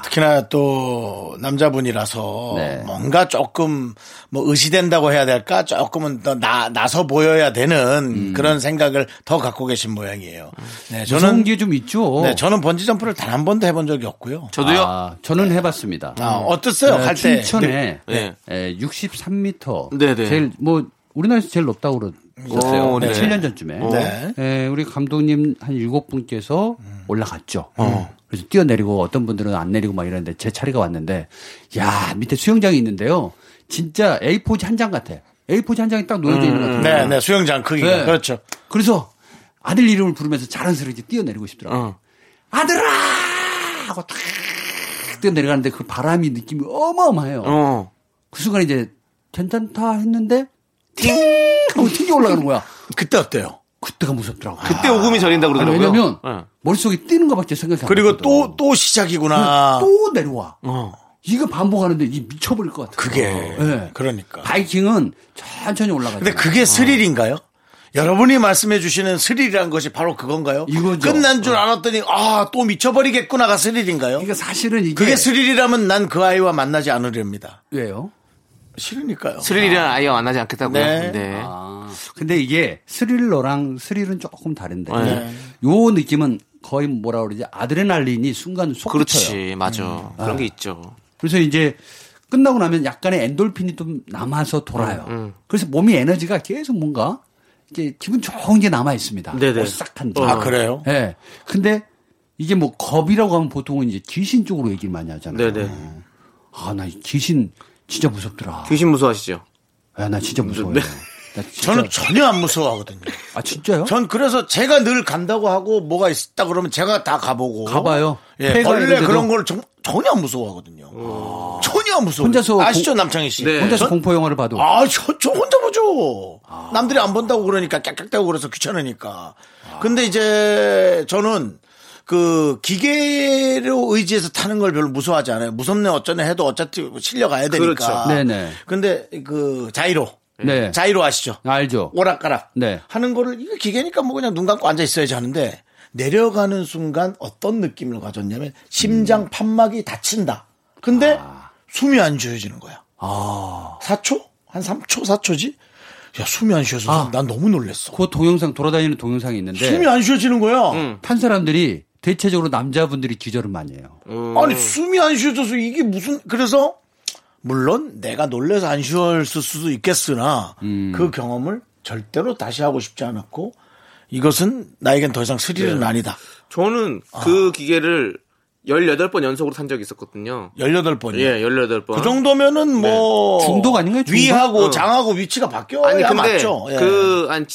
특히나 또 남자분이라서
네.
뭔가 조금 뭐 의시된다고 해야 될까 조금은 더 나, 나서 보여야
음.
되는 그런 생각을 더 갖고 계신 모양이에요. 네,
무서운
저는
게 좀 있죠.
네, 저는 번지 점프를 단 한 번도 해본 적이 없고요.
저도요.
아, 저는 해봤습니다.
아, 어땠어요?
네,
갈 때.
춘천에
네.
에, 63m.
네, 네.
제일 뭐 우리나라에서 제일 높다고 그랬었어요.
오, 네.
7년 전쯤에.
네.
에, 우리 감독님 한 일곱 분께서 올라갔죠.
어.
그래서 뛰어내리고 어떤 분들은 안 내리고 막 이러는데 제 차례가 왔는데 야 밑에 수영장이 있는데요. 진짜 A4지 한 장 같아. A4지 한 장이 딱 놓여져
음.
있는 것 같아요.
네, 네, 수영장 크기가
네.
그렇죠.
그래서 아들 이름을 부르면서 자랑스럽게 뛰어내리고 싶더라고요.
어.
아들아! 하고 탁 뛰어내려가는데 그 바람이 느낌이 어마어마해요.
어.
그 순간 이제 괜찮다 했는데 팅! 하고 튕겨 올라가는 거야.
그때 어때요?
그때가 무섭더라고요.
그때 오금이 저린다
아니,
그러더라고요.
왜냐면
예.
머릿속에 뛰는 것밖에 생각이 안
네. 그리고 또
났거든. 아.
또 아. 시작이구나.
어, 네, 또 내려와.
어.
이거 반복하는데 이 미쳐버릴 것 같아.
그게
네. 아.
그러니까.
바이킹은 천천히 올라가죠.
근데 그게 스릴인가요? 여러분이 말씀해 주시는 스릴이란 것이 바로 그건가요?
이거죠. 어.
끝난 줄 알았더니 아 또 미쳐버리겠구나가 스릴인가요?
이게 네. 사실은 이게
그게 스릴이라면 난 그 아이와 만나지 않으렵니다.
왜요?
싫으니까요.
스릴이라는 아이와 만나지 않겠다고요.
네.
아, 근데 이게 스릴러랑 스릴은 조금 다른데
네.
요 느낌은 거의 뭐라 그러지 아드레날린이 순간 솟구쳐요. 네.
그렇지, 맞아. 그런 게 있죠.
그래서 이제 끝나고 나면 약간의 엔돌핀이 좀 남아서 돌아요.
음,
그래서 몸이 에너지가 계속 뭔가 이게 기분 좋은 게 남아 있습니다.
네네. 어.
오싹한 게.
아, 그래요?
예. 근데 이게 뭐 겁이라고 하면 보통은 이제 귀신 쪽으로 얘기를 많이 하잖아요.
네네.
아, 나이 귀신 진짜 무섭더라.
귀신 무서워하시죠?
야, 나 진짜
*laughs*
무서워요. 나 진짜-
저는 전혀 안 무서워하거든요.
아 진짜요?
전 그래서 제가 늘 간다고 하고 뭐가 있다 그러면 제가 다 가보고
가봐요.
예,
폐가
벌레
있는데도? 어.
그런 걸 정- 전혀 안 무서워하거든요. 전혀 안 무서워.
혼자서
아시죠
공-
남창희 씨?
네.
혼자서
전-
공포 영화를 봐도
아, 저, 저 혼자 보죠. 남들이 안 본다고 그러니까 깍깍대고 그래서 귀찮으니까. 근데 이제 저는 그 기계로 의지해서 타는 걸 별로 무서워하지 않아요. 무섭네 어쩌네 해도 어차피 실려가야 되니까.
그렇죠. 네네.
근데 그 자이로.
네.
자이로 아시죠?
알죠.
오락가락
네.
하는 거를 이거 기계니까 뭐 그냥 눈 감고 앉아 있어야지 하는데 내려가는 순간 어떤 느낌을 가졌냐면
음.
심장 판막이 다친다. 근데
아.
숨이 안 쉬어지는 거야. 4초? 한 3초, 4초지? 야, 숨이 안 쉬어서
아. 네.
난 너무 놀랬어.
그 동영상 돌아다니는 동영상이 있는데
숨이 안 쉬어지는 거야.
탄 사람들이 대체적으로 남자분들이 기절을 많이 해요.
음.
아니, 숨이 안 쉬어져서 이게 무슨, 그래서, 물론 내가 놀래서 안 쉬었을 수도 있겠으나,
음.
그 경험을 절대로 다시 하고 싶지 않았고, 이것은 나에겐 더 이상 스릴은
네.
아니다.
저는
아.
그 기계를 18번 연속으로 탄 적이 있었거든요.
네.
18번이요.
예, 18번.
그 정도면은 뭐.
중독 아닌가요? 중독?
위하고
어.
장하고 위치가 바뀌어야
아니 근데
맞죠. 예.
그 한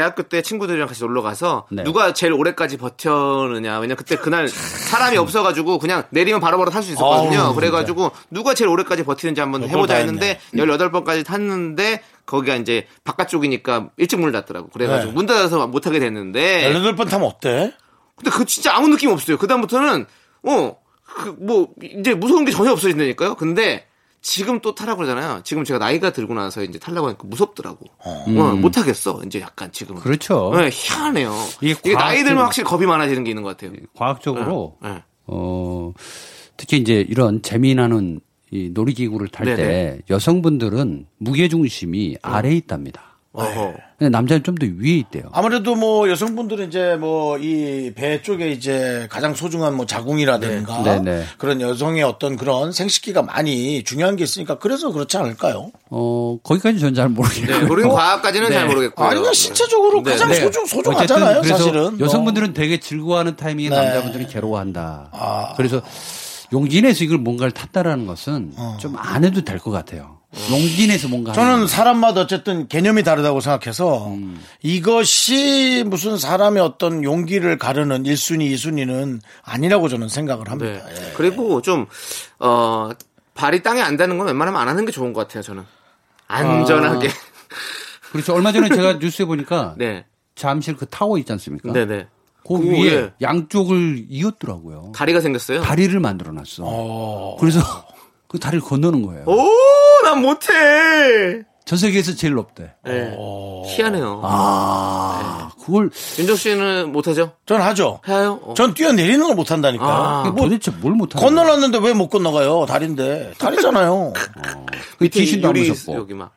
대학교 때 친구들이랑 같이 놀러 가서
네.
누가 제일 오래까지 버텨느냐 왜냐 그때 그날 사람이 없어가지고 그냥 내리면 바로바로 탈 수 있었거든요
아우,
그래가지고 누가 제일 오래까지 버티는지 한번 해보자 했는데 18번까지 탔는데 거기가 이제 바깥쪽이니까 일찍 문을 닫더라고 그래가지고
네.
문 닫아서 못하게 됐는데
18번 타면 어때?
근데 그 진짜 아무 느낌 없어요. 그다음부터는 어 그 뭐 이제 무서운 게 전혀 없어진다니까요. 근데 지금 또 타라고 그러잖아요. 지금 제가 나이가 들고 나서 이제 타려고 하니까 무섭더라고. 어, 못 하겠어. 이제 약간 지금.
음. 그렇죠.
네, 희한해요.
이게
이게, 나이
과학적으로-
들면 확실히 겁이 많아지는 게 있는 것 같아요.
과학적으로
네.
어, 특히 이제 이런 재미나는 이 놀이기구를 탈 때
네네.
여성분들은 무게 중심이 아래에 있답니다.
어허.
근데 남자는 좀 더 위에 있대요.
아무래도 뭐 여성분들은 이제 뭐 이 배 쪽에 이제 가장 소중한 뭐 자궁이라든가
네, 네.
그런 여성의 어떤 그런 생식기가 많이 중요한 게 있으니까 그래서 그렇지 않을까요?
어, 거기까지 전 잘 모르겠네요.
네, 모르는 과학까지는 잘 모르겠고요.
아니 그냥 신체적으로
네,
가장
네.
소중
어쨌든
소중하잖아요
그래서
사실은. 네.
여성분들은 되게 즐거워하는 타이밍에 남자분들이 괴로워한다.
아.
그래서 용기 내서 이걸 뭔가를 탔다라는 것은 좀 안 해도 될 것 같아요. 용기 내서 뭔가 하는
어. 저는
거.
사람마다 어쨌든 개념이 다르다고 생각해서 이것이 무슨 사람의 어떤 용기를 가르는 1순위, 2순위는 아니라고 저는 생각을
네.
합니다. 예.
그리고 좀, 어, 발이 땅에 안 닿는 건 웬만하면 안 하는 게 좋은 것 같아요, 저는. 안전하게.
그렇죠. 얼마 전에
*laughs*
제가 뉴스에 보니까
*laughs* 네.
잠실 그 타워 있지 않습니까?
네네.
그
그
위에
위에.
양쪽을 이었더라고요.
다리가 생겼어요.
다리를 만들어 놨어. 그래서 *laughs* 그 다리를 건너는 거예요.
어? 오, 난 못해.
전 세계에서 제일 높대.
네.
어.
희한해요.
아, 그걸
윤정 씨는 못하죠?
전 하죠.
해요? 어.
전 뛰어내리는 걸 못한다니까요.
아.
뭐
도대체 뭘 못하는 거야.
건너놨는데 왜 못 건너가요? 다리인데. 다리잖아요.
그 귀신도 안
요리
무섭고.
여기 막.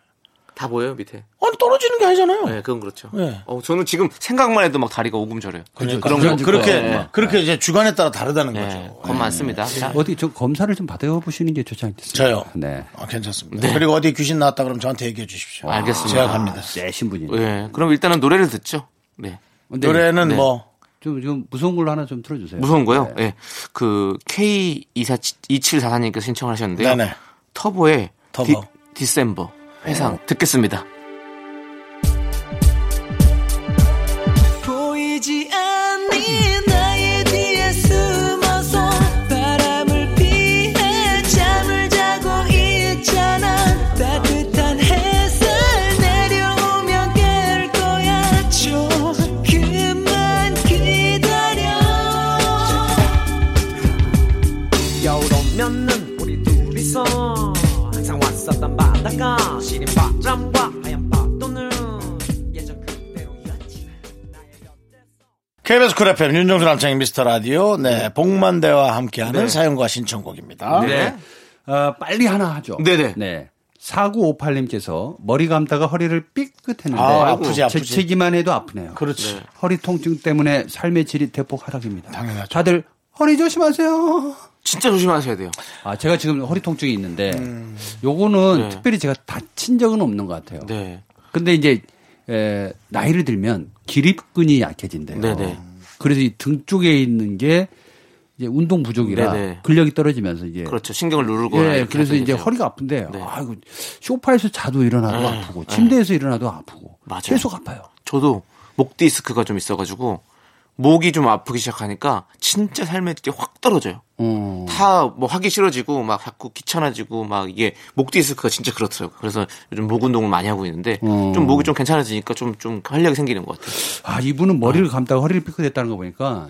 다 보여요, 밑에.
아니, 떨어지는 게 아니잖아요.
네, 그건 그렇죠.
네.
어, 저는 지금 생각만 해도 막 다리가 오금절해요.
그러니까.
그런
그런
거.
그렇게, 그렇죠.
네.
그렇게 이제 주관에 따라 다르다는
뭐. 네,
거죠.
겁 많습니다. 자,
어디 저 검사를 좀 받아보시는 게 좋지 않겠습니까?
저요.
네.
아, 괜찮습니다. 그리고 어디 귀신 나왔다 그러면 저한테 얘기해 주십시오.
알겠습니다.
제가 갑니다.
세신 분이네.
예, 그럼 일단은 노래를 듣죠. 네.
근데
노래는
네.
뭐,
좀, 좀 무서운 걸로 하나 좀 틀어주세요.
무서운 거요? 예. 그, K2744님께서 신청하셨는데요.
네네.
터보의
터보. 네.
디, 디셈버 회상 듣겠습니다.
보이지 않니 나의 뒤에 숨어서 바람을 피해 잠을 자고 있잖아 따뜻한 햇살 내려오면 깰 거야 조금만 기다려
겨울 오면은 우리 둘이서 항상 왔었던 바닷가 시린 바람과 하얀 파도는 예전 그대로였지
KBS 쿨 FM 윤정수 남창희 미스터 라디오 네 복만대와 함께하는
네.
사연과 신청곡입니다.
네.
어, 빨리 하나 하죠.
네네.
네. 4958님께서 머리 감다가 허리를 삐끗했는데
아, 아프지, 아프지. 그러니까
재채기만 해도 아프네요.
그렇지.
허리 통증 때문에 삶의 질이 대폭 하락입니다.
당연하죠.
다들 허리 조심하세요.
진짜 조심하셔야 돼요.
아, 제가 지금 허리 통증이 있는데 요거는
네.
특별히 제가 다친 적은 없는 것 같아요.
네.
근데 이제 에, 나이를 들면 기립근이 약해진대요.
네네.
그래서 이 등 쪽에 있는 게 이제 운동 부족이라
네네.
근력이 떨어지면서
네.
이제
그렇죠. 신경을 누르고.
예, 그래서 이제 허리가 아픈데
네.
아이고 소파에서 자도 일어나도 아프고 침대에서 일어나도 아프고
맞아요.
계속 아파요.
저도 목 디스크가 좀 있어가지고 목이 좀 아프기 시작하니까 진짜 삶의 질이 확 떨어져요.
음.
어.
다 뭐 하기 싫어지고 막 자꾸 귀찮아지고 막 이게 목 디스크가 진짜 그렇더라고요. 그래서 요즘 목 운동을 많이 하고 있는데
어.
음.
좀 목이 좀 괜찮아지니까 좀 좀 활력이 생기는 것 같아요.
아 이분은 머리를 감다가 허리를 삐끗했다는 거 보니까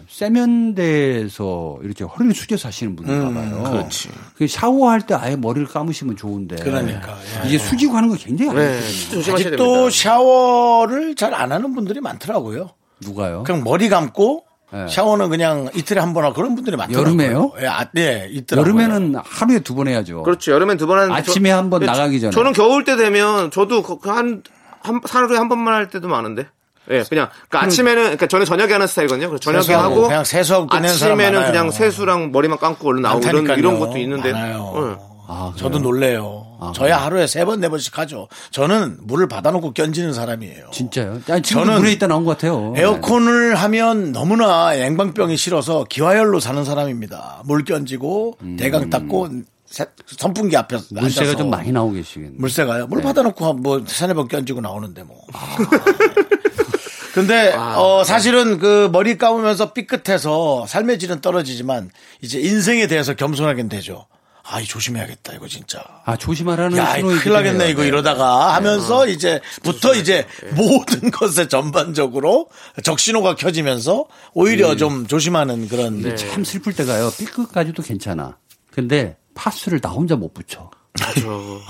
세면대에서 이렇게 허리를 숙여서 하시는 분인가
음,
봐요.
그렇지.
그 샤워할 때 아예 머리를 감으시면 좋은데.
그러니까, 네.
이게 숙이고 하는 거 굉장히 안 좋아요.
조심하셔야
음. 아직도
네, 됩니다.
샤워를 잘 안 하는 분들이 많더라고요.
누가요?
그냥 머리 감고
네.
샤워는 그냥 이틀에 한 번 하고 그런 분들이 많더라고요.
여름에요?
예, 아, 예, 있더라고요.
여름에는 하루에 두 번 해야죠.
그렇죠. 여름엔 두 번 하는데
아침에 한번
근데
나가기 전에.
저는 겨울 때 되면 저도 그- 그 한, 한 하루에 한 번만 할 때도 많은데. 예, 그냥 그러니까 아침에는 그러니까 저는 저녁에 하는 스타일이거든요. 그래서 저녁에
세수하고,
하고
그냥 세수하고 끝내는 사람
아침에는
많아요.
그냥 세수랑 머리만 감고 얼른 나오고 이런
많다니까요.
이런 것도 있는데.
많아요.
예.
아, 그래요?
저도 놀래요.
아,
저야 하루에 세 번, 네 번씩 하죠. 저는 물을 받아놓고 견지는 사람이에요.
진짜요? 아니, 지금
저는
물에 있다 나온 것 같아요.
에어컨을 하면 너무나 냉방병이 싫어서 기화열로 사는 사람입니다. 물 견지고 대강 닦고 세- 선풍기 앞에 서
음. 네. 물세가 좀 많이 나오고 계시겠네요. 아.
물세가요? 물 받아놓고 한 뭐 세네 번 견지고 나오는데 뭐. *laughs* 근데 어,
네.
사실은 그 머리 감으면서 삐끗해서 삶의 질은 떨어지지만 이제 인생에 대해서 겸손하게 되죠. 아, 이 조심해야겠다 이거 진짜.
아, 조심하라는
야, 이거
신호이기
큰일 나겠네
때문에.
이거 이러다가 하면서 이제 부터 이제 모든 *laughs* 것에 전반적으로 적신호가 켜지면서 오히려 좀 조심하는 그런
네. 참 슬플 때가요. 삐끗까지도 괜찮아. 근데 파스를 나 혼자 못 붙여.
그렇죠.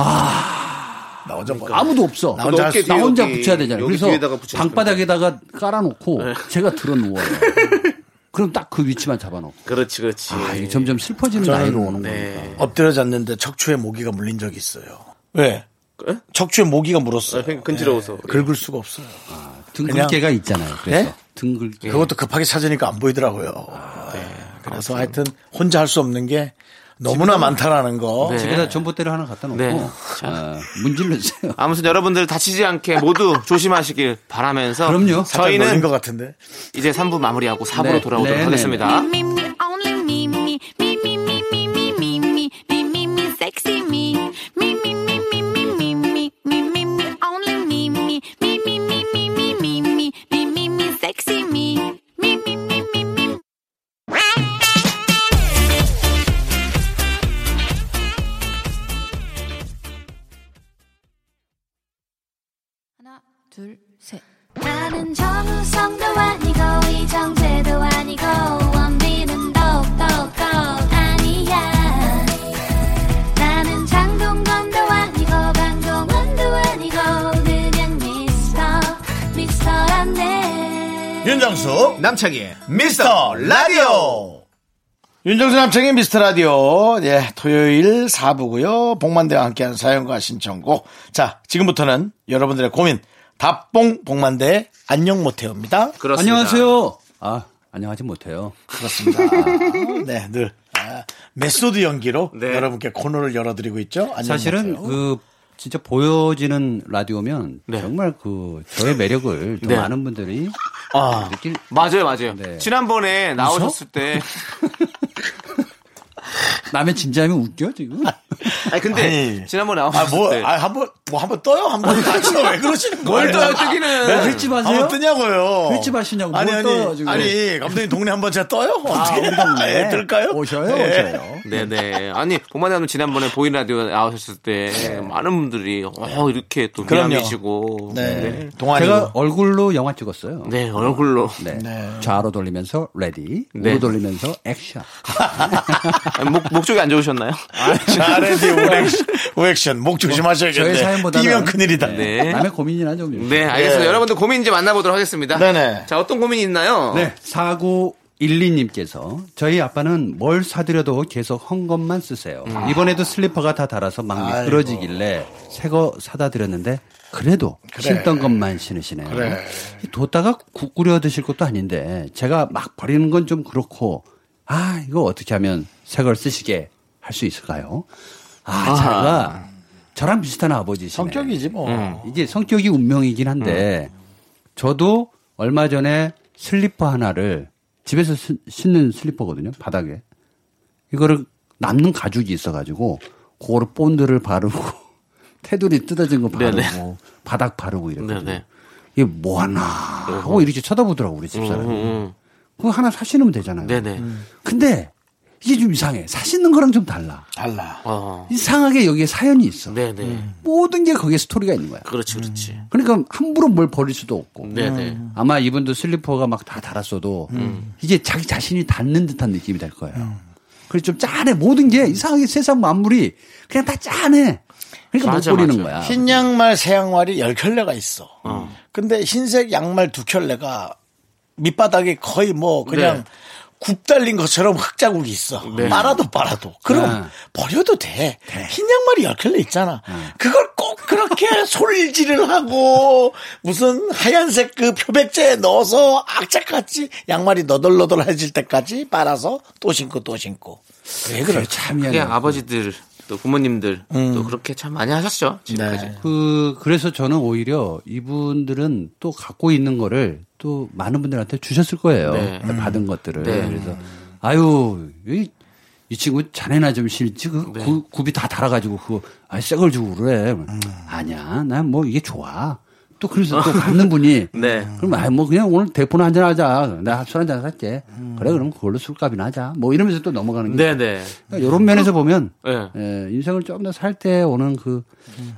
나 혼자 뭐-
아무도 없어.
나 혼자 할수
어깨
나 혼자
여기,
붙여야 되잖아요.
여기
그래서
뒤에다가 붙여야
방바닥에다가 깔아놓고 제가 들어 누워요. 그럼 딱 그 위치만 잡아놓고.
그렇지, 그렇지.
아, 이게 점점 슬퍼지는 나이로 오는 거니까.
네.
엎드려 잤는데 척추에 모기가 물린 적이 있어요. 왜?
예?
척추에 모기가 물었어요.
아, 근- 근지러워서.
예, 긁을 수가 없어요.
등글개가 있잖아요. 그래서
예?
등글개.
그것도 급하게 찾으니까 안 보이더라고요. 예, 그래서 하여튼 혼자 할 수 없는 게 너무나 많다라는 거.
네.
집에다 전봇대를 하나 갖다 놓고
네.
아, 문질러주세요.
아무튼 여러분들 다치지 않게 모두 조심하시길 바라면서
그럼요.
살짝 놀린
저희는
것 같은데.
이제 3부 마무리하고 4부로
네,
돌아오도록
네, 네,
하겠습니다.
Me, me, only me, me, me, me, me, me, me, me, me, me, me, me, sexy me. Me, me, me, me, me, me, me, me, me, me, only me, me, me, me, me, me, me, me, me, me, me, me, sexy me. Me, me, me, me, me. 나는 정우성도 아니고 이정재도 아니고 원빈은 더욱더 아니야 나는 장동건도 아니고 방종원도 아니고 그냥 미스터 미스터란데
윤정수 남창희의 미스터 라디오 윤정수 남창희 미스터 라디오 예 토요일 4부고요 복만대와 함께하는 사연과 신청곡 자 지금부터는 여러분들의 고민 답봉 복만대 안녕 못해요입니다
그렇습니다.
안녕하세요. 아, 안녕하지 못해요.
그렇습니다 *laughs* 네늘 아, 메소드 연기로
네.
여러분께 코너를 열어드리고 있죠 안녕
사실은
못해요.
그 진짜 보여지는 라디오면
네.
정말 그 저의 매력을 더
네.
많은 분들이
아,
느낄
맞아요, 맞아요.
네.
지난번에 나오셨을 때
남의 진지함이 웃겨 지금.
아니 근데
아니.
지난번에 나왔을
아 뭐
때.
아 한번 뭐 한번 떠요 한번 다쳐 왜 그러시는 거예요?
뭘 떠요, 뜨기는.
네?
횟집 하세요?
한번 뜨냐고요?
횟집 하시냐고, 뭘
아니 아니
떠요, 지금.
아니 감독님 동네 한번 제가 떠요?
아,
어떻게
우리 동네
*laughs* 예, 들까요?
오셔요,
예.
오셔요.
네네. 아니, 보만님 지난번에 보인 라디오 나오셨을 때 많은 분들이 어, 이렇게 또
그럼요.
미남이시고.
네.
네.
동아리. *laughs*
제가 얼굴로 영화 찍었어요.
네, 얼굴로.
네.
네.
좌로 돌리면서 레디, 우로
네.
돌리면서 액션.
*laughs* 아니, 목, 목 쪽이 안 좋으셨나요?
자레디 오액션, 오액션 목
저의
조심하셔야겠네.
사연보다는
뛰면 큰일이다.
네.
남의 고민이나 좀. 해주세요.
네, 알겠습니다.
네.
여러분들 고민 이제 만나보도록 하겠습니다.
네네.
자, 어떤 고민이 있나요?
네. 4912님께서 저희 아빠는 뭘 사드려도 계속 헌 것만 쓰세요. 이번에도 슬리퍼가 다 닳아서 막
음. 아이고.
미끄러지길래 새 거 사다 드렸는데 그래도 신던 것만 신으시네요.
그래.
이 뒀다가 구꾸려 드실 것도 아닌데 제가 막 버리는 건 좀 그렇고 아, 이거 어떻게 하면 새 걸 쓰시게 할 수 있을까요? 아, 제가 저랑 비슷한 아버지시네.
성격이지
음.
뭐.
어.
이게 성격이 운명이긴 한데 저도 얼마 전에 슬리퍼 하나를 집에서 스- 신는 슬리퍼거든요. 바닥에. 이거를 남는 가죽이 있어가지고 그거를 본드를 바르고 *laughs* 테두리 뜯어진 거 바르고
네네.
바닥 바르고 이랬거든요.
네네.
이게 뭐 하나 하고 이렇게 쳐다보더라고 우리 집사람이. 그거 하나 사시면 되잖아요.
음, 네네.
근데 이게 좀 이상해. 사시는 거랑 좀 달라.
달라.
어.
이상하게 여기에 사연이 있어.
네네.
모든 게 거기에 스토리가 있는 거야.
그렇지, 그렇지.
그러니까 함부로 뭘 버릴 수도 없고.
네네.
아마 이분도 슬리퍼가 막 다 달았어도
음.
이게 자기 자신이 닿는 듯한 느낌이 들 거예요. 그래서 좀 짠해. 모든 게 이상하게 세상 만물이 그냥 다 짠해. 그러니까
맞아,
못 버리는
맞아.
거야.
흰 양말, 새 양말이 열 켤레가 있어. 근데 흰색 양말 두 켤레가 밑바닥에 거의 뭐 그냥
네.
굽 달린 것처럼 흙자국이 있어. 빨아도 빨아도. 그럼
네.
버려도 돼. 흰 양말이 열 켤레 있잖아. 그걸 꼭 그렇게 *laughs* 솔질을 하고 무슨 하얀색 그 표백제에 넣어서 악착같이 양말이 너덜너덜해질 때까지 빨아서 또 신고 또 신고. 왜 그래?
참
그게
희한해.
아버지들 또 부모님들 또 그렇게 참 많이 하셨죠 지금까지.
그 그래서 저는 오히려 이분들은 또 갖고 있는 거를 또 많은 분들한테 주셨을 거예요. 그러니까
네.
받은 것들을.
네.
그래서 아유 이, 이 친구 자네나 좀 실지 그
네.
구- 굽이 다 달아가지고 그거 아새걸 주고 그래. 아니야 난 뭐 이게 좋아. 또 그래서 또 받는 분이
네.
그럼 아뭐 그냥 오늘 대포나 한잔 하자. 내가 술 한잔 살게. 그래 그럼 그걸로 술값이나 하자. 뭐 이러면서 또 넘어가는 게.
네네.
이런 면에서 보면
네.
예, 인생을 좀 더 살 때 오는 그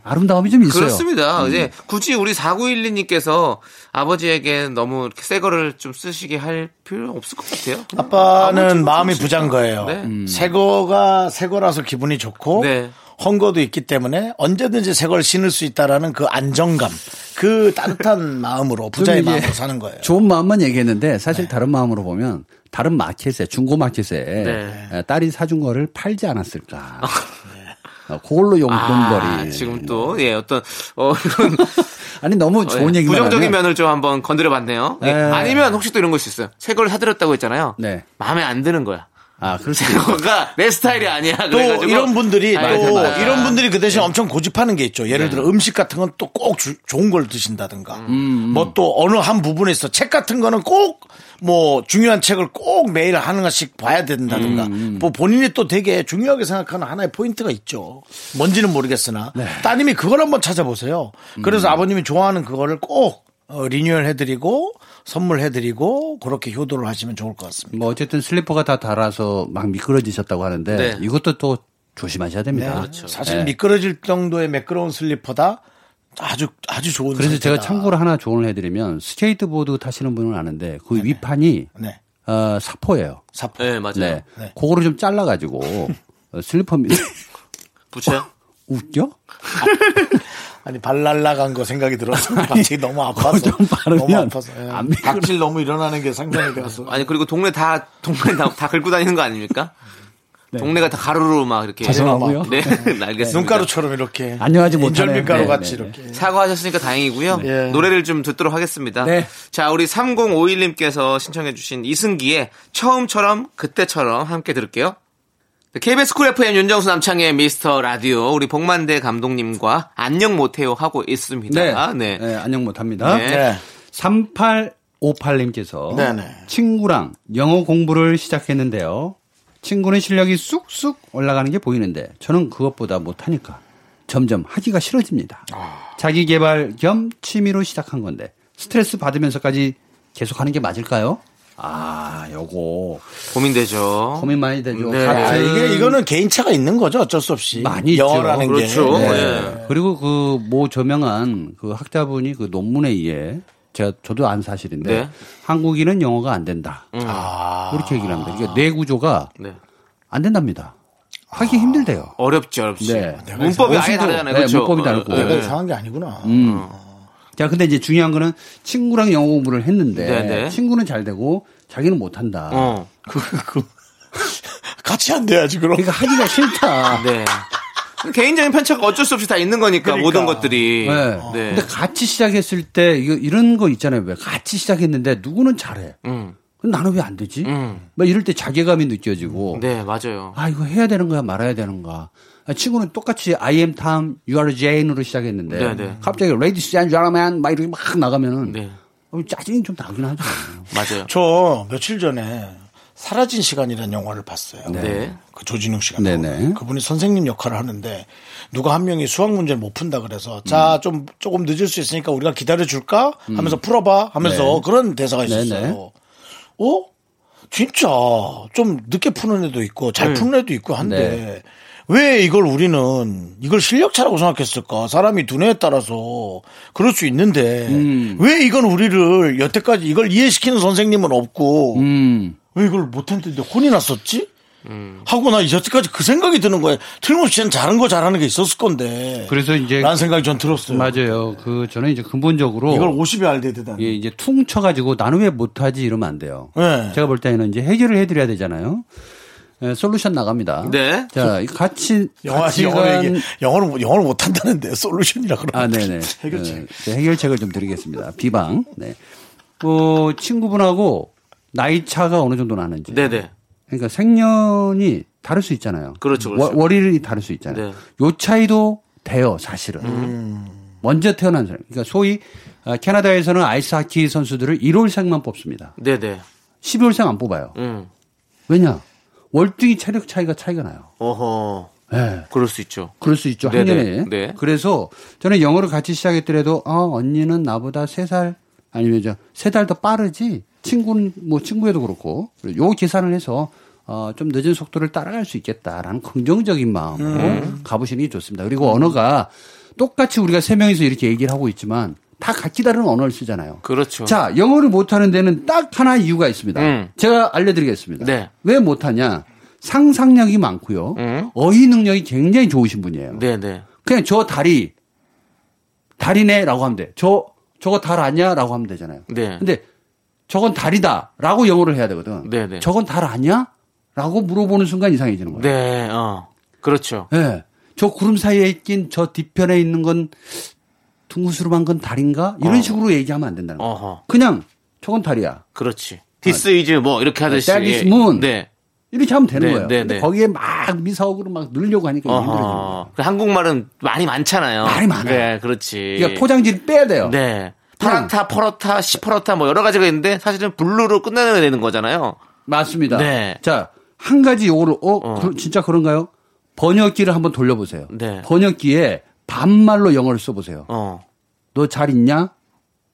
아름다움이 좀 있어요. 음.
그렇습니다. 이제 굳이 우리 4912님께서 아버지에게 너무 이렇게 새 거를 좀 쓰시게 할 필요 없을 것 같아요.
아빠는
아버지가
마음이
좀
부자인 거예요.
네. 음.
새거가 새거라서 기분이 좋고
네.
헝거도 있기 때문에 언제든지 새걸 신을 수 있다라는 그 안정감, 그 따뜻한 *laughs* 마음으로 부자의
좀 이게
마음으로 사는 거예요. 네.
좋은 마음만 얘기했는데 사실 다른 마음으로 보면 다른 마켓에 중고 마켓에
네.
에, 딸이 사준 거를 팔지 않았을까. 어, 그걸로 용돈벌이.
아, 지금 또, 예, 어떤, 어,
*laughs*
이런,
아니 너무 좋은
예,
얘기만
부정적인
하면
면을 좀 한번 건드려 봤네요. 예,
네.
아니면 혹시 또 이런 걸 수 있어요. 새 걸 사드렸다고 했잖아요.
네.
마음에 안 드는 거야. *laughs*
아 그럴 수 있
그러니까 내 스타일이 아니야.
또 이런 분들이 또
알겠습니다. 맞아. 네.
이런 분들이 그 대신 엄청 고집하는 게 있죠. 예를 들어 음식 같은 건 또 꼭 좋은 걸 드신다든가,
음,
뭐 또 어느 한 부분에서 책 같은 거는 꼭 뭐 중요한 책을 꼭 매일 한 권씩 봐야 된다든가,
음,
뭐 본인이 또 되게 중요하게 생각하는 하나의 포인트가 있죠. 뭔지는 모르겠으나
네.
따님이 그걸 한번 찾아보세요.
음.
그래서 아버님이 좋아하는 그거를 꼭 어, 리뉴얼해드리고 선물해드리고 그렇게 효도를 하시면 좋을 것 같습니다.
뭐 어쨌든 슬리퍼가 다 달아서 막 미끄러지셨다고 하는데
네.
이것도 또 조심하셔야 됩니다.
네.
네.
사실 미끄러질 정도의 매끄러운 슬리퍼다 아주 아주 좋은.
그래서 제가
상태다.
참고로 하나 조언을 해드리면 스케이트보드 타시는 분은 아는데 그 윗판이
네
어, 사포예요.
사포.
네, 맞아요.
네.
네.
그거를 좀 잘라가지고
*laughs*
어, 슬리퍼 밑에 *laughs*
붙여요?
웃겨?
아니 발 날라간 거 생각이
*laughs*
들어서 갑자기 너무 아파서
좀 바르면
너무 아파서 예.
안 미끄러-
각질 너무 일어나는 게 상상이 돼서
아니 그리고 동네 다 동네 다, 다 긁고 다니는 거 아닙니까? 동네가 다 가로로 막 이렇게
죄송하고요.
*laughs* 네,
*laughs*
알겠습니다.
눈가루처럼 이렇게
안녕하지 못하네요.
인절미가루
네,
같이
네, 네.
이렇게
사과하셨으니까 다행이고요. 네.
예.
노래를 좀 듣도록 하겠습니다.
네.
자, 우리 3051님께서 신청해주신 이승기의 처음처럼 그때처럼 함께 들을게요. 네, KBS 쿨 FM 윤정수 남창의 미스터 라디오 우리 복만대 감독님과 안녕 못해요 하고 있습니다.
네.
아,
네.
네.
안녕 못합니다.
네.
네.
3858님께서
네, 네.
친구랑 영어 공부를 시작했는데요. 친구는 실력이 쑥쑥 올라가는 게 보이는데 저는 그것보다 못하니까 점점 하기가 싫어집니다.
아.
자기 개발 겸 취미로 시작한 건데 스트레스 받으면서까지 계속하는 게 맞을까요? 아, 요거
고민되죠.
고민 많이 되죠.
네.
같은
아, 이게 이거는 개인차가 있는 거죠 어쩔 수 없이
많이 있죠.
영어라는
그렇죠.
게 네.
예.
그리고 그 모 저명한 그 학자분이 그 논문에 의해 제가 저도 안 사실인데
네.
한국인은 영어가 안 된다.
아,
그렇게 얘기를 합니다. 그러니까 뇌 구조가
네.
안 된답니다. 하기 힘들대요.
어렵지, 어렵지.
네.
문법이 아예 다르잖아요.
네, 음.
그렇죠?
문법이 다르고.
어, 어,
내가
어.
이상한 게 아니구나
자, 근데 이제 중요한 거는 친구랑 영어 공부를 했는데
네, 네.
친구는 잘 되고 자기는 못 한다.
어.
같이 안 돼야지 그럼
그러니까
*laughs*
하기가 싫다.
네. 개인적인 편차가 어쩔 수 없이 다 있는 거니까 모든 것들이.
네. 근데 같이 시작했을 때 이거 이런 거 있잖아요. 왜 같이 시작했는데 누구는 잘해.
음.
그럼 나는 왜 안 되지? 막 이럴 때 자괴감이 느껴지고.
네, 맞아요.
아, 이거 해야 되는가 말아야 되는가. 아, 친구는 똑같이 I am Tom, you are Jane으로 시작했는데
네, 네.
갑자기 Ladies and Gentlemen 막 이렇게 막 나가면은
네.
어, 짜증이 좀 나긴 하죠.
맞아요.
저 며칠 전에 사라진 시간이라는 영화를 봤어요.
네.
그 조진웅 씨가
네. 예?
나오는 그분이 선생님 역할을 하는데 누가 한 명이 수학 문제를 못 푼다 그래서 자
음.
좀 조금 늦을 수 있으니까 우리가 기다려 줄까 하면서 풀어봐 하면서
네.
그런 대사가
네네.
있었어요. 어? 진짜 좀 늦게 푸는 애도 있고 잘
네.
푸는 애도 있고 한데
네.
왜 이걸 우리는 이걸 실력차라고 생각했을까? 사람이 두뇌에 따라서 그럴 수 있는데
음.
왜 이건 우리를 여태까지 이걸 이해시키는 선생님은
음.
없고 왜 이걸 못했는데 혼이 났었지? 하고 나 여태까지 그 생각이 드는 거예요. 틀림없이 쟤는 잘한 거 잘하는 게 있었을 건데.
그래서 이제
라는 생각이 전 들었어요.
맞아요. 그 저는 이제 근본적으로
이걸 50에 알게 되다니.
예, 이제 퉁쳐가지고 나는 왜 못하지 이러면 안 돼요.
네.
제가 볼 때는 이제 해결을 해드려야 되잖아요. 예, 솔루션 나갑니다.
네.
자, 이 같이
영화,
같이
영어를,
간-
얘기, 영어를, 못- 영어를 못한다는데, 솔루션이라 그러면.
아, 네네.
해결책.
네, 네, 해결책을 좀 드리겠습니다. 비방. 네. 뭐 친구분하고 나이 차가 어느 정도 나는지.
네네.
그러니까 생년이 다를 수 있잖아요.
그렇죠, 그렇죠.
월, 월일이 다를 수 있잖아요.
네. 음.
요 차이도 돼요, 사실은. 먼저 태어난 사람. 그러니까 소위 아, 캐나다에서는 아이스하키 선수들을 1월생만 뽑습니다.
네네.
12월생 안 뽑아요.
음.
왜냐? 월등히 체력 차이가 차이가 나요.
어허.
예.
그럴 수 있죠.
그럴 수 있죠.
네네.
학년에.
네.
그래서 저는 영어를 같이 시작했더라도 아 언니는 나보다 세 살 아니면 저 세 달 더 빠르지. 친구는 뭐 친구에도 그렇고 요 계산을 해서 어, 좀 늦은 속도를 따라갈 수 있겠다라는 긍정적인 마음으로 가보시는 게 좋습니다. 그리고 언어가 똑같이 우리가 세 명이서 이렇게 얘기를 하고 있지만 다 각기 다른 언어를 쓰잖아요.
그렇죠.
자, 영어를 못하는 데는 딱 하나 이유가 있습니다.
음.
제가 알려드리겠습니다.
네.
왜 못하냐? 상상력이 많고요.
음.
어휘 능력이 굉장히 좋으신 분이에요.
네네.
그냥 저 다리, 다리네라고 하면 돼. 저, 저거 달 아냐? 라고 하면 되잖아요.
네.
근데 저건 다리다. 라고 영어를 해야 되거든.
네네.
저건 달 아냐? 라고 물어보는 순간 이상해지는 거예요.
네. 어. 그렇죠.
예. 저 구름 사이에 있긴 저 뒤편에 있는 건 둥그스름한 건 달인가? 이런
어.
식으로 얘기하면 안 된다는 거예요.
어허.
그냥 저건 달이야.
그렇지. 디스 이즈 뭐 이렇게 하듯이.
아. That is moon.
네.
이렇게 하면 되는
네,
거예요.
네,
근데
네.
거기에 막 미사옥으로 막 늘려고 하니까
어허.
힘들어지는 거예요.
그 한국말은 말이 많잖아요.
말이 많아요.
네, 그렇지.
그러니까 포장지를 빼야 돼요.
네. 파라타, 퍼러타, 시퍼러타 뭐 여러 가지가 있는데 사실은 블루로 끝내야 되는 거잖아요.
맞습니다.
네.
자, 한 가지 요거를 어, 그러- 진짜 그런가요? 번역기를 한번 돌려보세요.
네.
번역기에 반말로 영어를 써보세요.
어.
너 잘 있냐?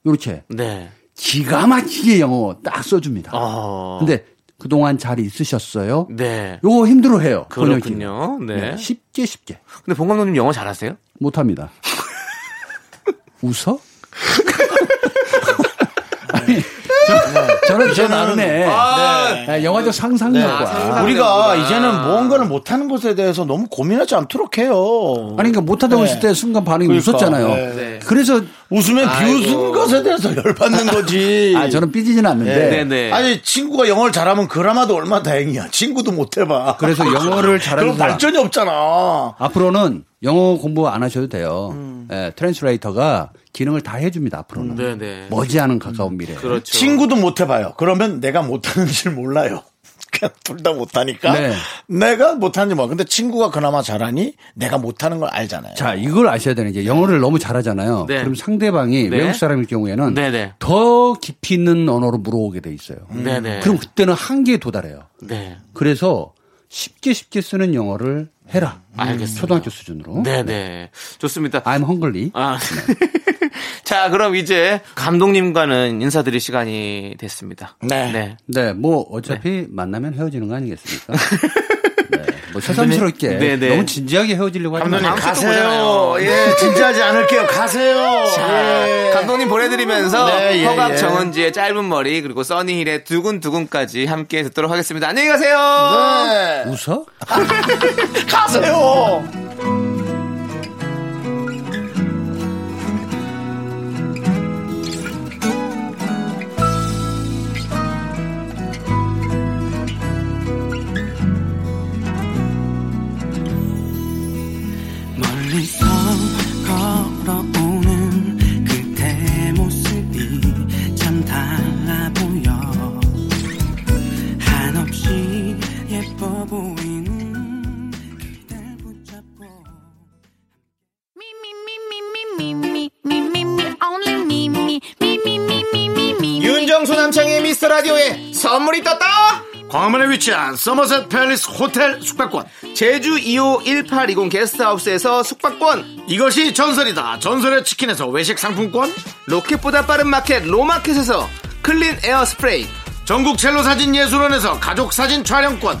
이렇게
네.
기가 막히게 영어 딱 써줍니다.
어.
근데 그동안 잘 있으셨어요?
네.
요거 힘들어해요. 번역기.
그렇군요. 네.
네, 쉽게 쉽게
근데 봉감독님 영어 잘하세요?
*laughs* 못합니다. *laughs* 웃어? 저는 저 나름의
아,
네, 아, 영화적 상상력과
우리가 이제는 무언가를 못하는 것에 대해서 너무 고민하지 않도록 해요.
아니 그러니까 못하다고
네.
했을 때 순간 반응이
그러니까,
웃었잖아요.
네.
네.
그래서
웃으면 비웃은 것에 대해서 열받는 거지.
*laughs* 아 저는 삐지진 않는데
네, 네.
아니 친구가 영어를 잘하면 그나마도 얼마 나 다행이야. 친구도 못 해봐.
그래서 영어를 잘하는
그럼
사람.
발전이 없잖아.
앞으로는 영어 공부 안 하셔도 돼요. 예, 트랜스레이터가 기능을 다 해줍니다. 앞으로는
네, 네.
머지않은 가까운 미래. 에
그렇죠.
친구도 못 해봐요. 그러면 내가 못하는 줄 몰라요. *laughs* 그냥 둘 다 못하니까
네.
내가 못하는지 몰라. 근데 친구가 그나마 잘하니 내가 못하는 걸 알잖아요.
자 이걸 아셔야 되는 게 영어를 너무 잘하잖아요.
네.
그럼 상대방이
네.
외국 사람일 경우에는
네, 네.
더 깊이 있는 언어로 물어오게 돼 있어요.
네, 네.
그럼 그때는 한계에 도달해요.
네.
그래서 쉽게 쉽게 쓰는 영어를 해라.
알겠습니다.
초등학교 수준으로.
네, 네. 좋습니다.
I'm hungry.
아. *laughs* 자, 그럼 이제 감독님과는 인사드릴 시간이 됐습니다.
네.
네, 뭐 어차피 만나면 헤어지는
*laughs*
거 아니겠습니까? 네, 뭐 새삼스럽게
네, 네.
너무 진지하게 헤어지려고 하지
감독님,
마요.
다음 주에 또 보잖아요.
아, 예, 진지하지 않을게요. 가세요.
자,
예.
아, 감독님 보내드리면서
네, 예,
허각
예.
정은지의 짧은 머리 그리고 써니힐의 두근두근까지 함께 듣도록 하겠습니다. 안녕히 가세요.
네.
웃어?
가세요.
멀리서 걸어오는 그대 모습이 참 달라 보여
보이는
윤정수 남창의 미스터 라디오에 선물이 떴다.
광화문에 위치한 서머셋 팰리스 호텔 숙박권
제주 2호 1820 게스트하우스에서 숙박권
이것이 전설이다 전설의 치킨에서 외식 상품권
로켓보다 빠른 마켓 로마켓에서 클린 에어 스프레이
전국 첼로 사진 예술원에서 가족 사진 촬영권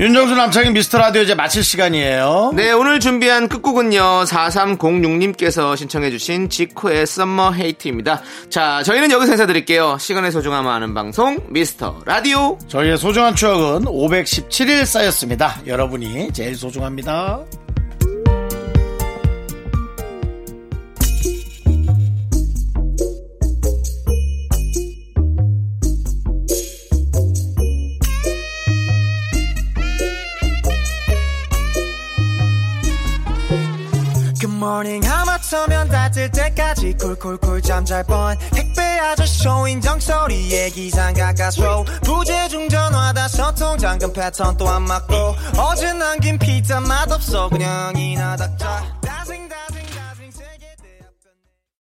윤정수 남창인 미스터 라디오 이제 마칠 시간이에요
네, 오늘 준비한 끝곡은요, 4306님께서 신청해주신 지코의 썸머 헤이트입니다. 자, 저희는 여기서 인사드릴게요. 시간의 소중함을 아는 방송, 미스터 라디오.
저희의 소중한 추억은 517일 쌓였습니다 여러분이 제일 소중합니다
굿모닝 하마터면 다들 때까지 콜콜콜 잠잘 뻔 택배 아저씨 인정 소리에 기상 가까스로 부재중 전화다 소통 잠금 패턴 또 안 맞고 어제 남긴 피자 맛없어 그냥 이나 닥자